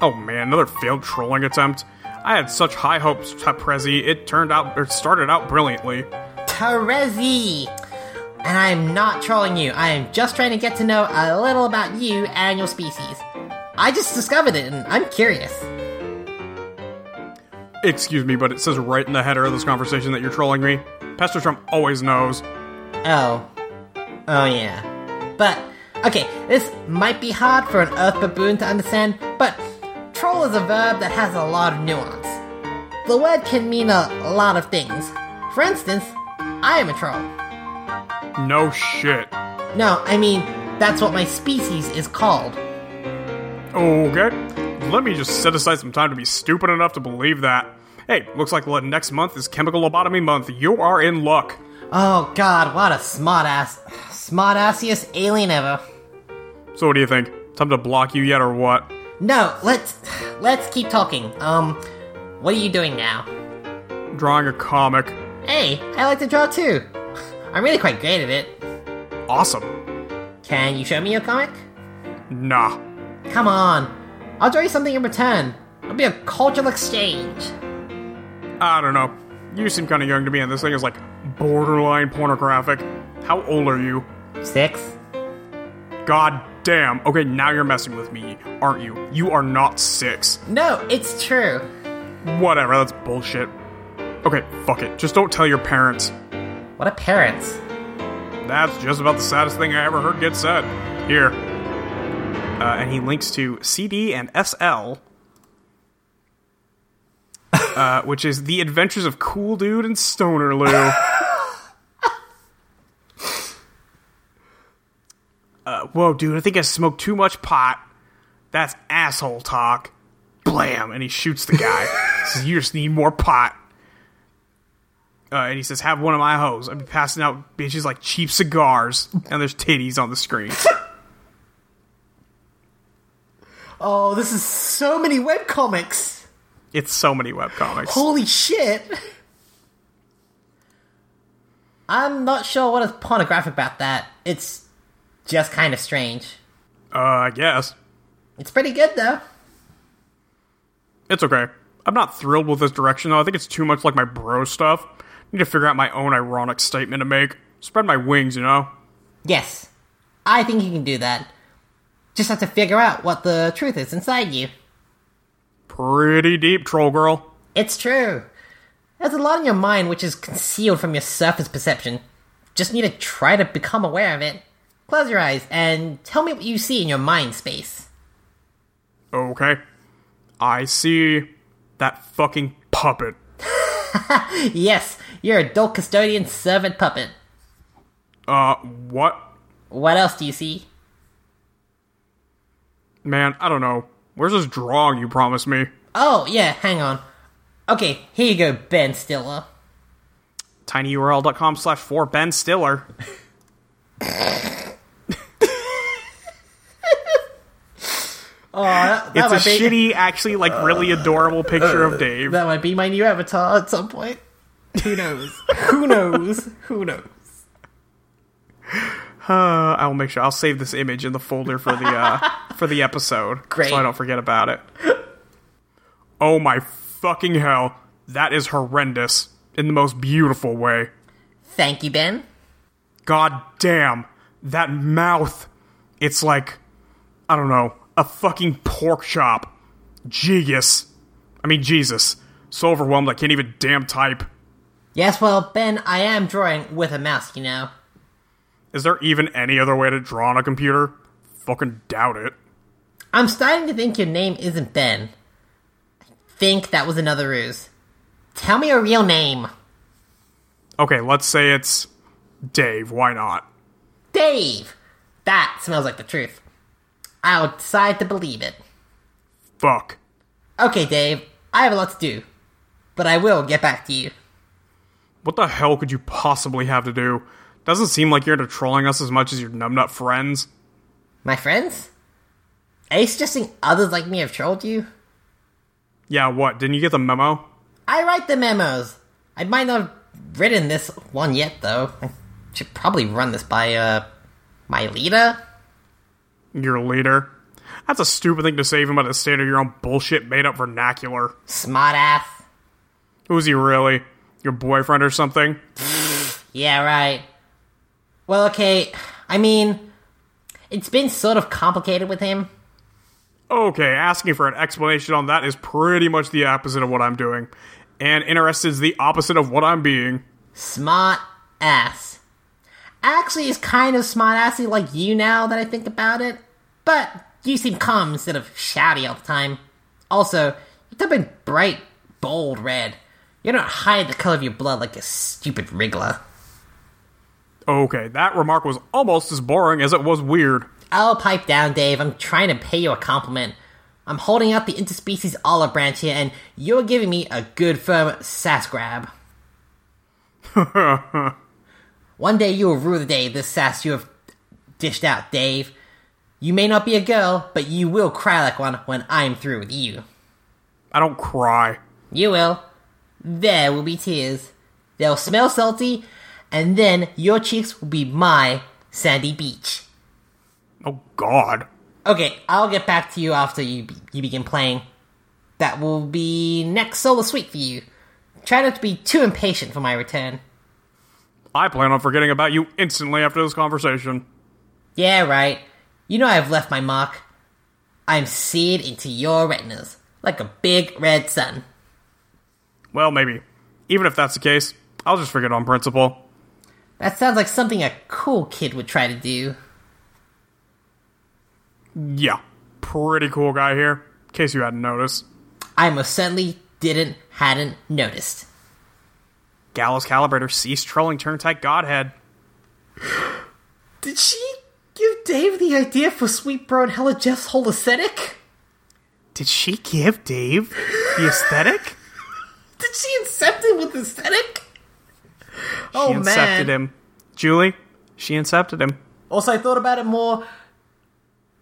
Oh man, another failed trolling attempt. I had such high hopes for Prezi. It turned out, or started out brilliantly. Terezi! And I'm not trolling you, I am just trying to get to know a little about you and your species. I just discovered it and I'm curious. Excuse me, but it says right in the header of this conversation that you're trolling me. Pester Trump always knows. Oh. Oh, yeah. But, okay, this might be hard for an Earth baboon to understand, but troll is a verb that has a lot of nuance. The word can mean a lot of things. For instance, I am a troll. No shit. No, I mean, that's what my species is called. Okay. Let me just set aside some time to be stupid enough to believe that. Hey, looks like le- next month is chemical lobotomy month. You are in luck. Oh god, what a smart ass, smart assiest alien ever. So what do you think? Time to block you yet or what? No, let's let's keep talking. Um, what are you doing now? Drawing a comic. Hey, I like to draw too. I'm really quite great at it. Awesome. Can you show me your comic? Nah. Come on, I'll draw you something in return. It'll be a cultural exchange. I don't know. You seem kind of young to me, and this thing is like borderline pornographic. How old are you? Six. God damn. Okay, now you're messing with me, aren't you? You are not six. No, it's true. Whatever, that's bullshit. Okay, fuck it. Just don't tell your parents. What a parents. That's just about the saddest thing I ever heard get said. Here. Uh, and he links to CD and SL, uh, which is The Adventures of Cool Dude and Stoner Lou. uh, Uh, whoa, dude, I think I smoked too much pot. That's asshole talk. Blam! And he shoots the guy. says, You just need more pot. Uh, and he says, "Have one of my hoes. I've been passing out bitches like cheap cigars." And there's titties on the screen. Oh, this is so many web comics. It's so many webcomics. Holy shit! I'm not sure what is pornographic about that. It's just kind of strange. Uh, I guess It's pretty good though. it's okay. I'm not thrilled with this direction though. I think it's too much like my bro stuff. need to figure out my own ironic statement to make. Spread my wings, you know. Yes, I think you can do that. Just have to figure out what the truth is inside you. Pretty deep, troll girl. It's true. There's a lot in your mind which is concealed from your surface perception. Just need to try to become aware of it. Close your eyes and tell me what you see in your mind space. Okay. I see that fucking puppet. Yes, you're a dull custodian servant puppet. Uh, what? What else do you see? Man, I don't know. Where's this drawing you promised me? Oh, yeah, hang on. Okay, here you go, Ben Stiller. tinyurl.com slash for [LAUGHS] Ben Stiller. That, that It's a might be, Uh, shitty, actually, like, really adorable picture of Dave. That might be my new avatar at some point. Who knows? [LAUGHS] Who knows? Who knows? Uh, I will make sure I'll save this image in the folder for [LAUGHS] the uh, for the episode, Great. so I don't forget about it. Oh my fucking hell! That is horrendous in the most beautiful way. Thank you, Ben. God damn, that mouth! It's like I don't know a fucking pork chop. Jesus, I mean Jesus. So overwhelmed I can't even damn type. Yes, well, Ben, I am drawing with a mouse, you know. Is there even any other way to draw on a computer? Fucking doubt it. I'm starting to think your name isn't Ben. I think that was another ruse. Tell me your real name. Okay, let's say it's Dave. Why not? Dave! That smells like the truth. I'll decide to believe it. Fuck. Okay, Dave, I have a lot to do, but I will get back to you. What the hell could you possibly have to do? Doesn't seem like you're into trolling us as much as your numbnut friends. My friends? Are you suggesting others like me have trolled you? Yeah, what? Didn't you get the memo? I write the memos. I might not have written this one yet, though. I should probably run this by, uh, my leader? Your leader? That's a stupid thing to say even by the state of your own bullshit made up vernacular. Smart ass. Who's he really? Your boyfriend or something? Yeah, right. Well, okay, I mean, it's been sort of complicated with him. Okay, asking for an explanation on that is pretty much the opposite of what I'm doing. And interested is the opposite of what I'm being. Smart ass. Actually, he's kind of smart assy like you now that I think about it, but you seem calm instead of shouty all the time. Also, you have been bright, bold red. You don't hide the color of your blood like a stupid wriggler. Okay, that remark was almost as boring as it was weird. Oh, pipe down, Dave. I'm trying to pay you a compliment. I'm holding out the interspecies olive branch here, and you're giving me a good firm sass grab. One day you will rue the day this sass you have dished out, Dave. You may not be a girl, but you will cry like one when I'm through with you. I don't cry. You will. There will be tears. They'll smell salty, and then your cheeks will be my sandy beach. Oh, God. Okay, I'll get back to you after you be- you begin playing. That will be next solo suite for you. Try not to be too impatient for my return. I plan on forgetting about you instantly after this conversation. Yeah, right. You know I've left my mark. I'm seared into your retinas like a big red sun. Well, maybe. Even if that's the case, I'll just forget on principle. That sounds like something a cool kid would try to do. Yeah, pretty cool guy here, in case you hadn't noticed. I most certainly didn't, hadn't noticed. Gallows Calibrator ceased trolling Turntight Godhead. Did she give Dave the idea for Sweet Bro and Hella Jeff's whole aesthetic? Did she give Dave [LAUGHS] the aesthetic? Did she incept him with aesthetic? Oh, she incepted him. Julie, she incepted him. Also, I thought about it more.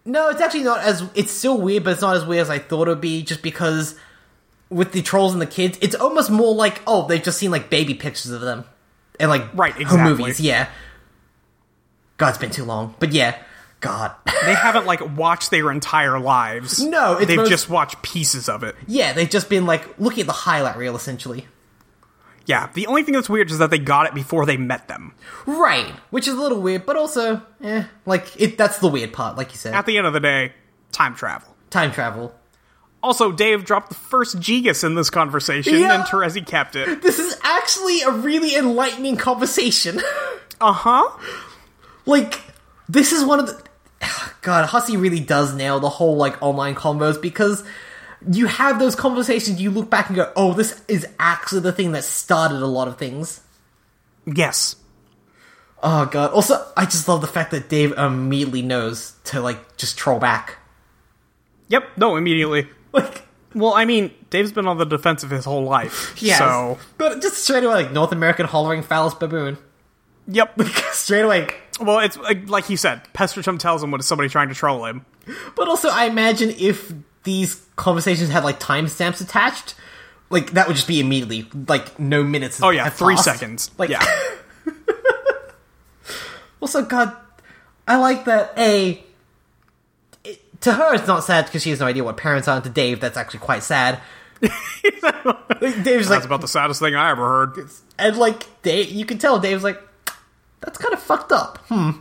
No, it's actually not as. It's still weird, but it's not as weird as I thought it would be, just because with the trolls and the kids, it's almost more like, oh, they've just seen, like, baby pictures of them. And, like, Right, home exactly. movies, yeah. God, it's been too long. But yeah, God. [LAUGHS] They haven't like watched their entire lives. No, it's they've most- just watched pieces of it. yeah, they've just been, like, looking at the highlight reel, essentially. Yeah, the only thing that's weird is that they got it before they met them. Right, which is a little weird, but also, eh, like, it, that's the weird part, like you said. At the end of the day, time travel. Time travel. Also, Dave dropped the first Gigas in this conversation, Yeah. and Terezi kept it. This is actually a really enlightening conversation. [LAUGHS] Uh huh. like this is one of the [SIGHS] god hussey really does nail the whole like online combos because you have those conversations you look back and go oh this is actually the thing that started a lot of things Yes. oh god also i just love the fact that dave immediately knows to like just troll back [LAUGHS] Yep. No. Immediately. like Well, I mean, Dave's been on the defensive his whole [LAUGHS] life. yeah So. but just straight away like north american hollering phallus baboon [LAUGHS] Yep. straight away Well, it's like, like he said. Pesterchum tells him when it's somebody trying to troll him. But also, I imagine if these conversations had like timestamps attached, like that would just be immediately like no minutes. Oh yeah, have three passed. seconds. Like [LAUGHS] yeah. also, God, I like that. A it, to her, it's not sad because she has no idea what parents are. And to Dave, that's actually quite sad. Like, Dave's like, That's about the saddest thing I ever heard. and like Dave, you can tell Dave's like, that's kind of fucked up. Hmm.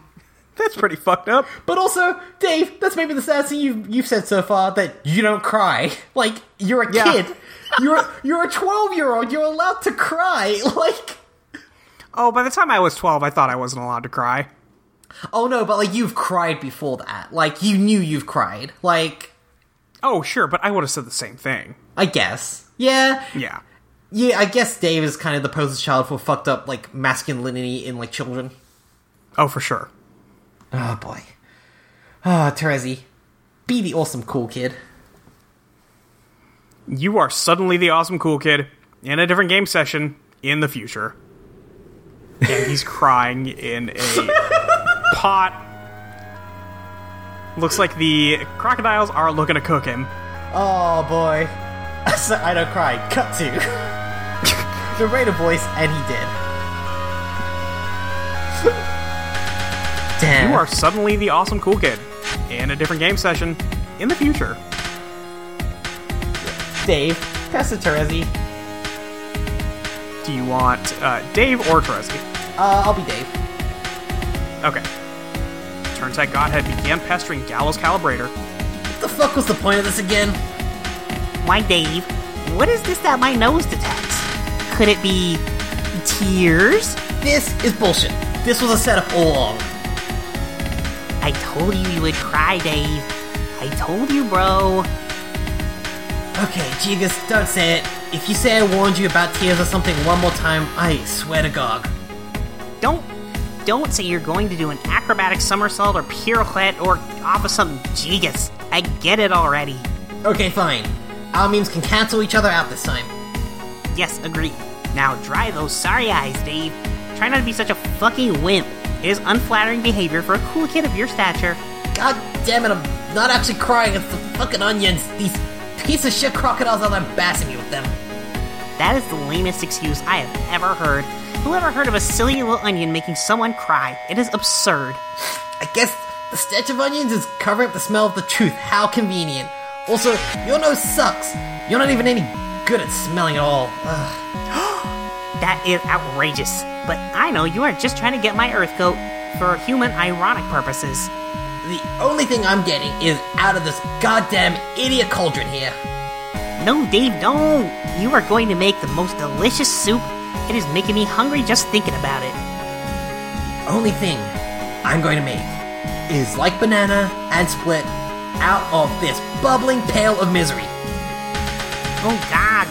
That's pretty fucked up. But also, Dave, that's maybe the saddest thing you've you've said so far that you don't cry. [LAUGHS] Like you're a Yeah. kid, you're a, you're a twelve year old. You're allowed to cry. [LAUGHS] Like Oh, by the time I was 12, I thought I wasn't allowed to cry. oh no, but like you've cried before that. Like you knew you've cried. Like Oh, sure, but I would have said the same thing. I guess, yeah, Yeah. yeah. I guess Dave is kind of the poster child for fucked up like masculinity in like children. Oh, for sure. Oh boy, ah oh, Terezi, be the awesome cool kid. You are suddenly the awesome cool kid in a different game session in the future. And he's crying in a pot. Looks like the crocodiles are looking to cook him. Oh boy. [LAUGHS] So I don't cry. Cut to [LAUGHS] the rate of voice, and he did. [LAUGHS] Damn. You are suddenly the awesome cool kid in a different game session in the future. Dave, Tessa Terezi. Do you want uh, Dave or Teresi? Uh, I'll be Dave. Okay. Turns out Godhead began pestering Gallows Calibrator. What the fuck was the point of this again? Why, Dave, what is this that my nose detects? Could it be tears? This is bullshit. This was a setup all along. I told you you would cry, Dave. I told you, bro. Okay, Jigas, don't say it. If you say I warned you about tears or something one more time, I swear to God. Don't don't say you're going to do an acrobatic somersault or pirouette or off of some jigus. I get it already. Okay, fine. Our memes can cancel each other out this time. Yes, agree. Now dry those sorry eyes, Dave. Try not to be such a fucking wimp. It is unflattering behavior for a cool kid of your stature. God damn it, I'm not actually crying. It's the fucking onions. These piece of shit crocodiles are embarrassing me with them. That is the lamest excuse I have ever heard. Who ever heard of a silly little onion making someone cry? It is absurd. I guess the stench of onions is covering up the smell of the truth. How convenient. Also, your nose sucks. You're not even any good at smelling at all. Uh, Ugh. That is outrageous. But I know you are just trying to get my earth coat for human ironic purposes. The only thing I'm getting is out of this goddamn idiot cauldron here. No, Dave, don't! You are going to make the most delicious soup. It is making me hungry just thinking about it. Only thing I'm going to make is like banana and split out of this bubbling pail of misery. Oh, God.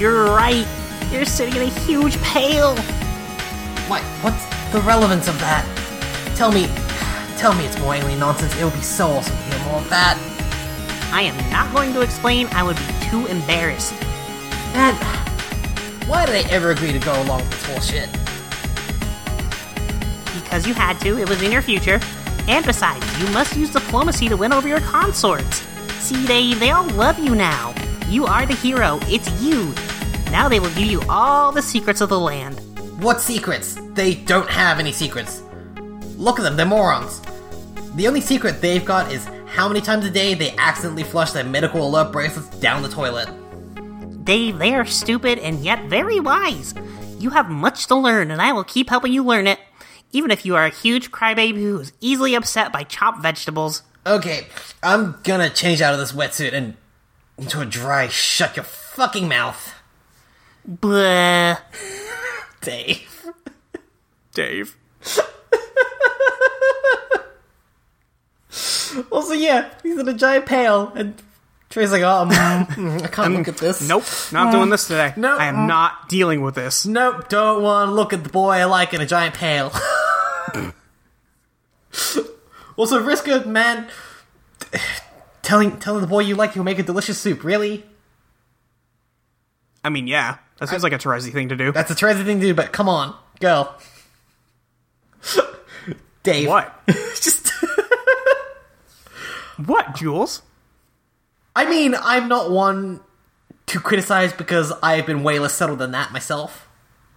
You're right. You're sitting in a huge pail. What? What's the relevance of that? Tell me, tell me it's more alien nonsense. It would be so awesome to hear more of that. I am not going to explain. I would be too embarrassed. And why did I ever agree to go along with this bullshit? Because you had to, it was in your future. And besides, you must use diplomacy to win over your consorts. See, they, they all love you now. You are the hero. It's you. Now they will give you all the secrets of the land. What secrets? They don't have any secrets. Look at them, they're morons. The only secret they've got is how many times a day they accidentally flush their medical alert bracelets down the toilet. Dave, they are stupid and yet very wise. You have much to learn, and I will keep helping you learn it, even if you are a huge crybaby who is easily upset by chopped vegetables. Okay, I'm gonna change out of this wetsuit and into a dry shut your fucking mouth Bleh. day. Dave. Also, yeah, he's in a giant pail, and Trey's like, oh, mm, [LAUGHS] mm, I can't look at this. Nope, not doing this today. no, I am not dealing with this. Nope, don't want to look at the boy I like in a giant pail. [LAUGHS] also, risk of man telling telling the boy you like he'll make a delicious soup. Really? I mean, yeah, that seems like a Terezi thing to do. That's a treasure thing to do, but come on, girl. [LAUGHS] Dave, [LAUGHS] What? [LAUGHS] Just, What, Jules? I mean, I'm not one to criticize because I've been way less settled than that myself.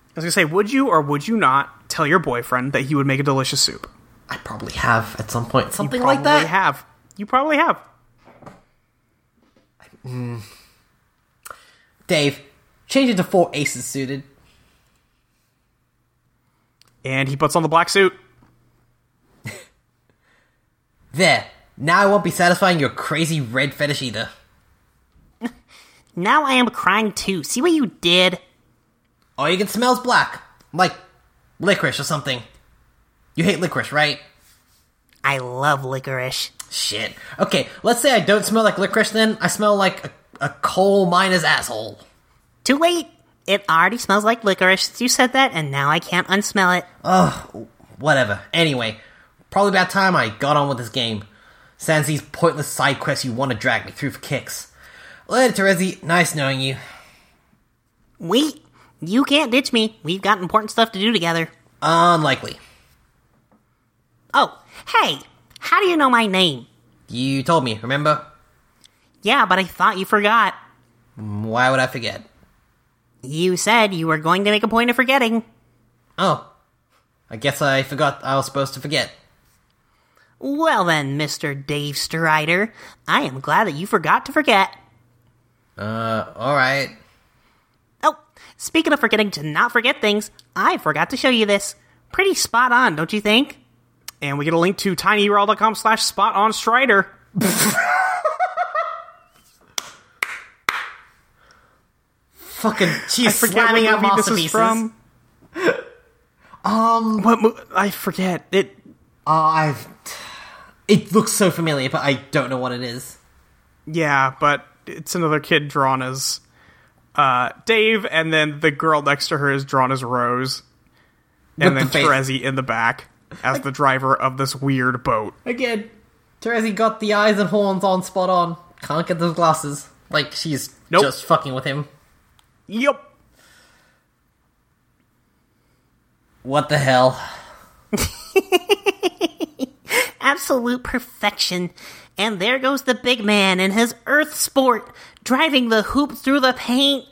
I was gonna say, would you or would you not tell your boyfriend that he would make a delicious soup? I probably have at some point something probably like that. Have you probably have? Dave, change it to four aces suited. And he puts on the black suit. There. Now I won't be satisfying your crazy red fetish either. Now I am crying too. See what you did? All you can smell is black, like licorice or something. You hate licorice, right? I love licorice. Shit. Okay, let's say I don't smell like licorice then. I smell like a, a coal miner's asshole. Too late. It already smells like licorice. You said that, and now I can't unsmell it. Whatever. Anyway, probably about time I got on with this game. Sans these pointless side quests you want to drag me through for kicks. Later, Terezi. Nice knowing you. Wait, you can't ditch me. We've got important stuff to do together. Unlikely. Oh, hey, how do you know my name? You told me, remember? Yeah, but I thought you forgot. Why would I forget? You said you were going to make a point of forgetting. Oh. I guess I forgot I was supposed to forget. Well then, Mr. Dave Strider, I am glad that you forgot to forget. Alright. Oh, speaking of forgetting to not forget things, I forgot to show you this. Pretty spot on, don't you think? And we get a link to tinyurl.com slash spot on Strider. [SIGHS] Fucking, she's Forget what slamming out movie this masterpieces. is from. [LAUGHS] um, what mo- I forget it. Oh, I've. It looks so familiar, but I don't know what it is. Yeah, but it's another kid drawn as uh, Dave, and then the girl next to her is drawn as Rose, and With then the face. Terezi in the back as the driver of this weird boat. Again, Terezi got the eyes and horns on spot on. Can't get those glasses. Like, she's Nope. just fucking with him. Yep. What the hell? Absolute perfection. And there goes the big man in his earth sport, driving the hoop through the paint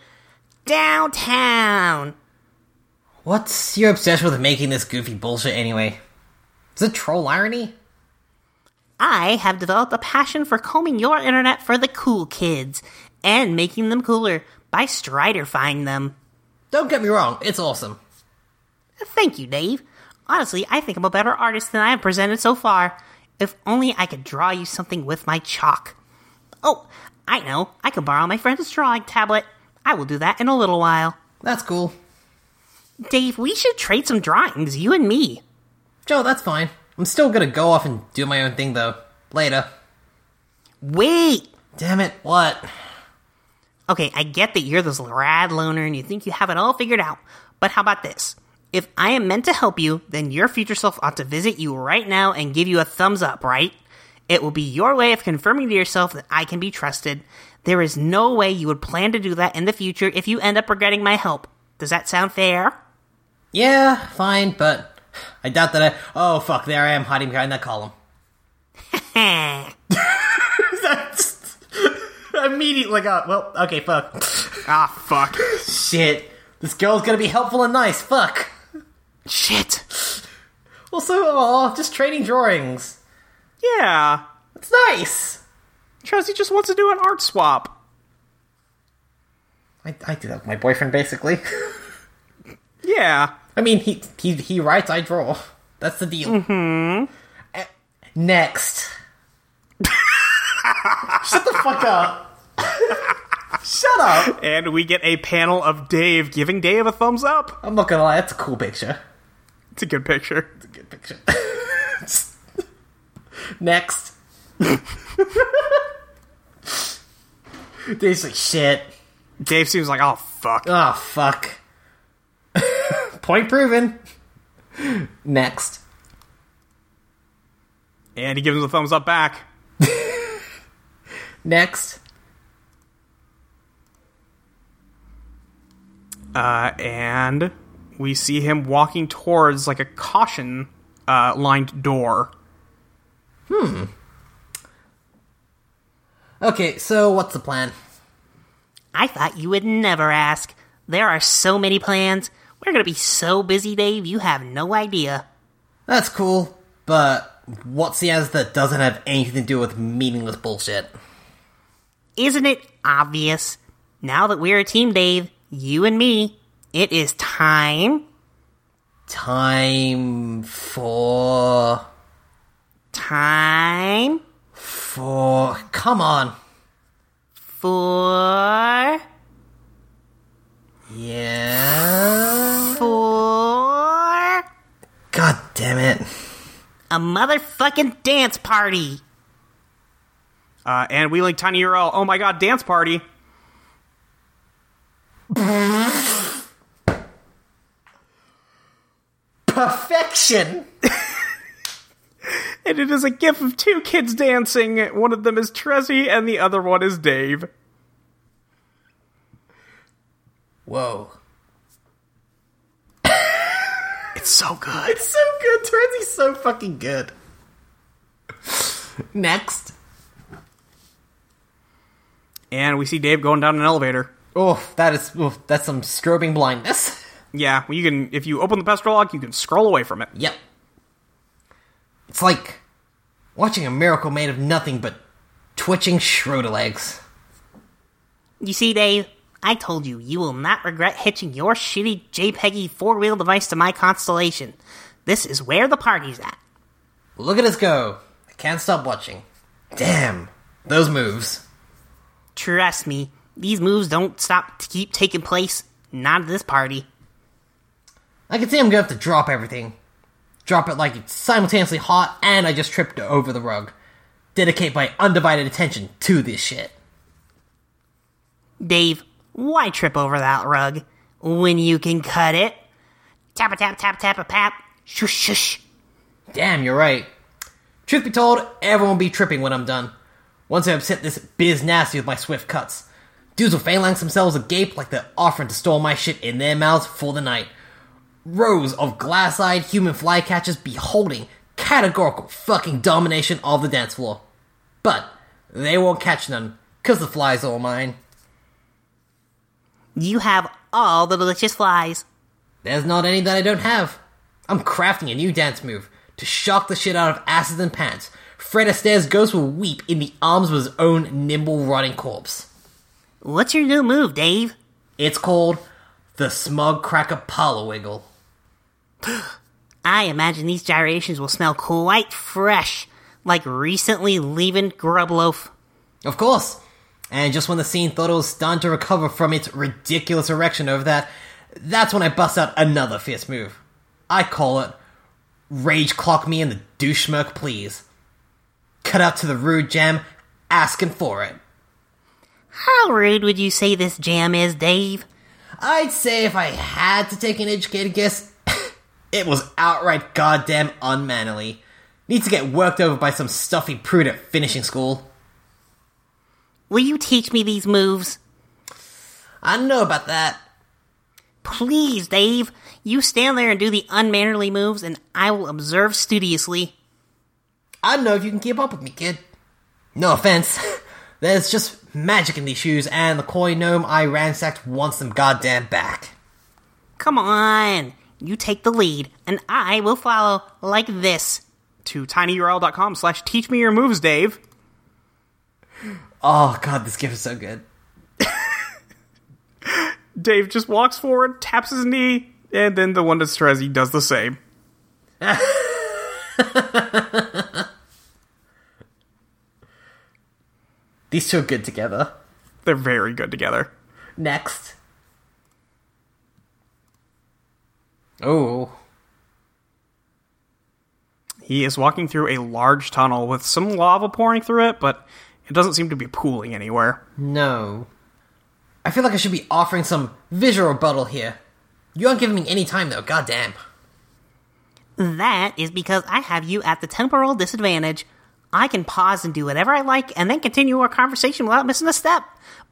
downtown. What's your obsession with making this goofy bullshit anyway? Is it troll irony? I have developed a passion for combing your internet for the cool kids and making them cooler by striderfying them. Don't get me wrong, it's awesome. Thank you, Dave. Honestly, I think I'm a better artist than I have presented so far. If only I could draw you something with my chalk. Oh, I know. I can borrow my friend's drawing tablet. I will do that in a little while. That's cool. Dave, we should trade some drawings, you and me. Joe, that's fine. I'm still gonna go off and do my own thing though. Later. Wait! Damn it, what? Okay, I get that you're this rad loner and you think you have it all figured out, but how about this? If I am meant to help you, then your future self ought to visit you right now and give you a thumbs up, right? It will be your way of confirming to yourself that I can be trusted. There is no way you would plan to do that in the future if you end up regretting my help. Does that sound fair? [LAUGHS] Yeah, fine, but I doubt that I. Oh fuck, there I am hiding behind that column. [LAUGHS] Eh. That's. Immediately got. Well, okay, fuck. Ah, fuck. Shit. This girl's gonna be helpful and nice, fuck. Shit. Also, aw, just trading drawings. yeah, It's nice! Terezi just wants to do an art swap. I, I do that with my boyfriend, basically. [LAUGHS] Yeah. I mean, he, he, he writes, I draw. That's the deal. Mm-hmm. Next. Shut the fuck up. Shut up. And we get a panel of Dave giving Dave a thumbs up. I'm not gonna lie, that's a cool picture. It's a good picture. It's a good picture. [LAUGHS] Next. Dave's like, shit. Dave seems like, oh, fuck. Oh, fuck. [LAUGHS] Point proven. Next. And he gives him a thumbs up back. Next. Uh, and we see him walking towards like a caution uh, lined door. Okay, so what's the plan? I thought you would never ask. There are so many plans. We're gonna be so busy, Dave, you have no idea. That's cool, but what's the answer that doesn't have anything to do with meaningless bullshit? Isn't it obvious? Now that we're a team, Dave, you and me, it is time, Time for. time for. Come on! for, Yeah. for God damn it. a motherfucking dance party. Uh, and we link Tiny URL. Oh my god, dance party. Perfection! And it is a gif of two kids dancing. One of them is Trezzy, and the other one is Dave. Whoa. It's so good. So good, Terzi's so fucking good. Next. And we see Dave going down an elevator. Oh, that is. oof, that's some strobing blindness. [LAUGHS] Yeah, you can if you open the pestral log, you can scroll away from it. Yep. It's like Watching a miracle made of nothing but twitching Schroeder legs. You see, Dave, I told you, you will not regret hitching your shitty JPEGy four wheel device to my constellation. This is where the party's at. Look at us go. I can't stop watching. Damn, those moves. Trust me, these moves don't stop to keep taking place. Not at this party. I can see I'm gonna have to drop everything. Drop it like it's simultaneously hot and I just tripped over the rug. Dedicate my undivided attention to this shit. Dave, why trip over that rug when you can cut it? Tap a tap tap tap a pap. Shush shush. Damn, you're right. Truth be told, everyone will be tripping when I'm done. Once I upset this biz nasty with my swift cuts. Dudes will phalanx themselves agape like they're offering to store my shit in their mouths for the night. Rows of glass eyed human flycatchers beholding categorical fucking domination of the dance floor. But they won't catch none, cause the flies are all mine. You have all the delicious flies. There's not any that I don't have. I'm crafting a new dance move to shock the shit out of asses and pants. Fred Astaire's ghost will weep in the arms of his own nimble rotting corpse. What's your new move, Dave? It's called the Smug Cracker Parlor Wiggle. I imagine these gyrations will smell quite fresh, like recently leaving grub loaf. Of course. And just when the scene thought it was starting to recover from its ridiculous erection over that, that's when I bust out another fierce move. I call it Rage Clock Me in the Douche Smirk Please. Cut out to the rude jam, asking for it. How rude would you say this jam is, Dave? I'd say if I had to take an educated guess, [COUGHS] it was outright goddamn unmanly. Needs to get worked over by some stuffy prude at finishing school. Will you teach me these moves? I don't know about that. Please, Dave. You stand there and do the unmannerly moves, and I will observe studiously. I don't know if you can keep up with me, kid. No offense. [LAUGHS] There's just magic in these shoes, and the koi gnome I ransacked wants them goddamn back. Come on. You take the lead, and I will follow like this. To tinyurl.com slash teach me your moves, Dave. Oh god, this gift is so good. Dave just walks forward, taps his knee, and then the one to Strezzi does the same. These two are good together. They're very good together. Next. Oh. He is walking through a large tunnel with some lava pouring through it, but it doesn't seem to be pooling anywhere. No. I feel like I should be offering some visual rebuttal here. You aren't giving me any time though, goddamn. That is because I have you at the temporal disadvantage. I can pause and do whatever I like and then continue our conversation without missing a step.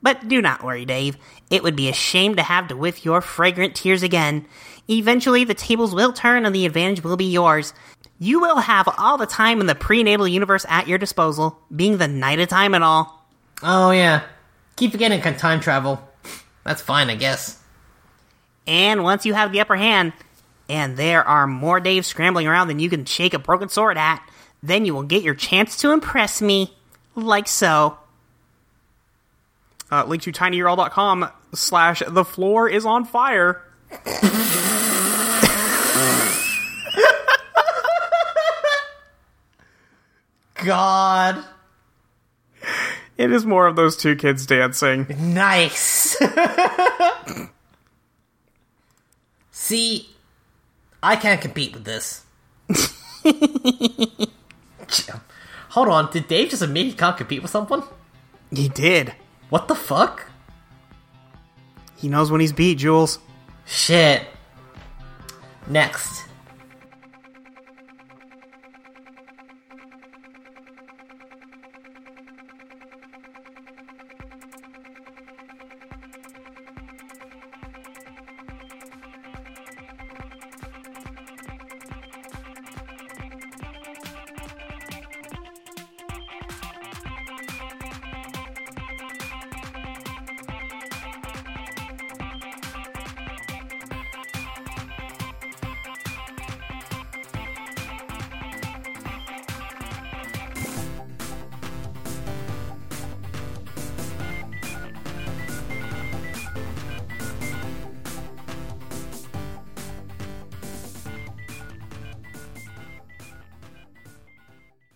But do not worry, Dave. It would be a shame to have to whiff your fragrant tears again. Eventually, the tables will turn and the advantage will be yours. You will have all the time in the prenatal universe at your disposal, being the night of time and all. Oh yeah. Keep forgetting I can time travel. That's fine, I guess. And once you have the upper hand, and there are more Daves scrambling around than you can shake a broken sword at, then you will get your chance to impress me. Like so. Uh, link to tinyurl.com slash the floor is on fire. God. It is more of those two kids dancing. Nice. [LAUGHS] See, I can't compete with this. [LAUGHS] Hold on, did Dave just admit he can't compete with someone? He did. What the fuck? He knows when he's beat, Jules. Shit. Next.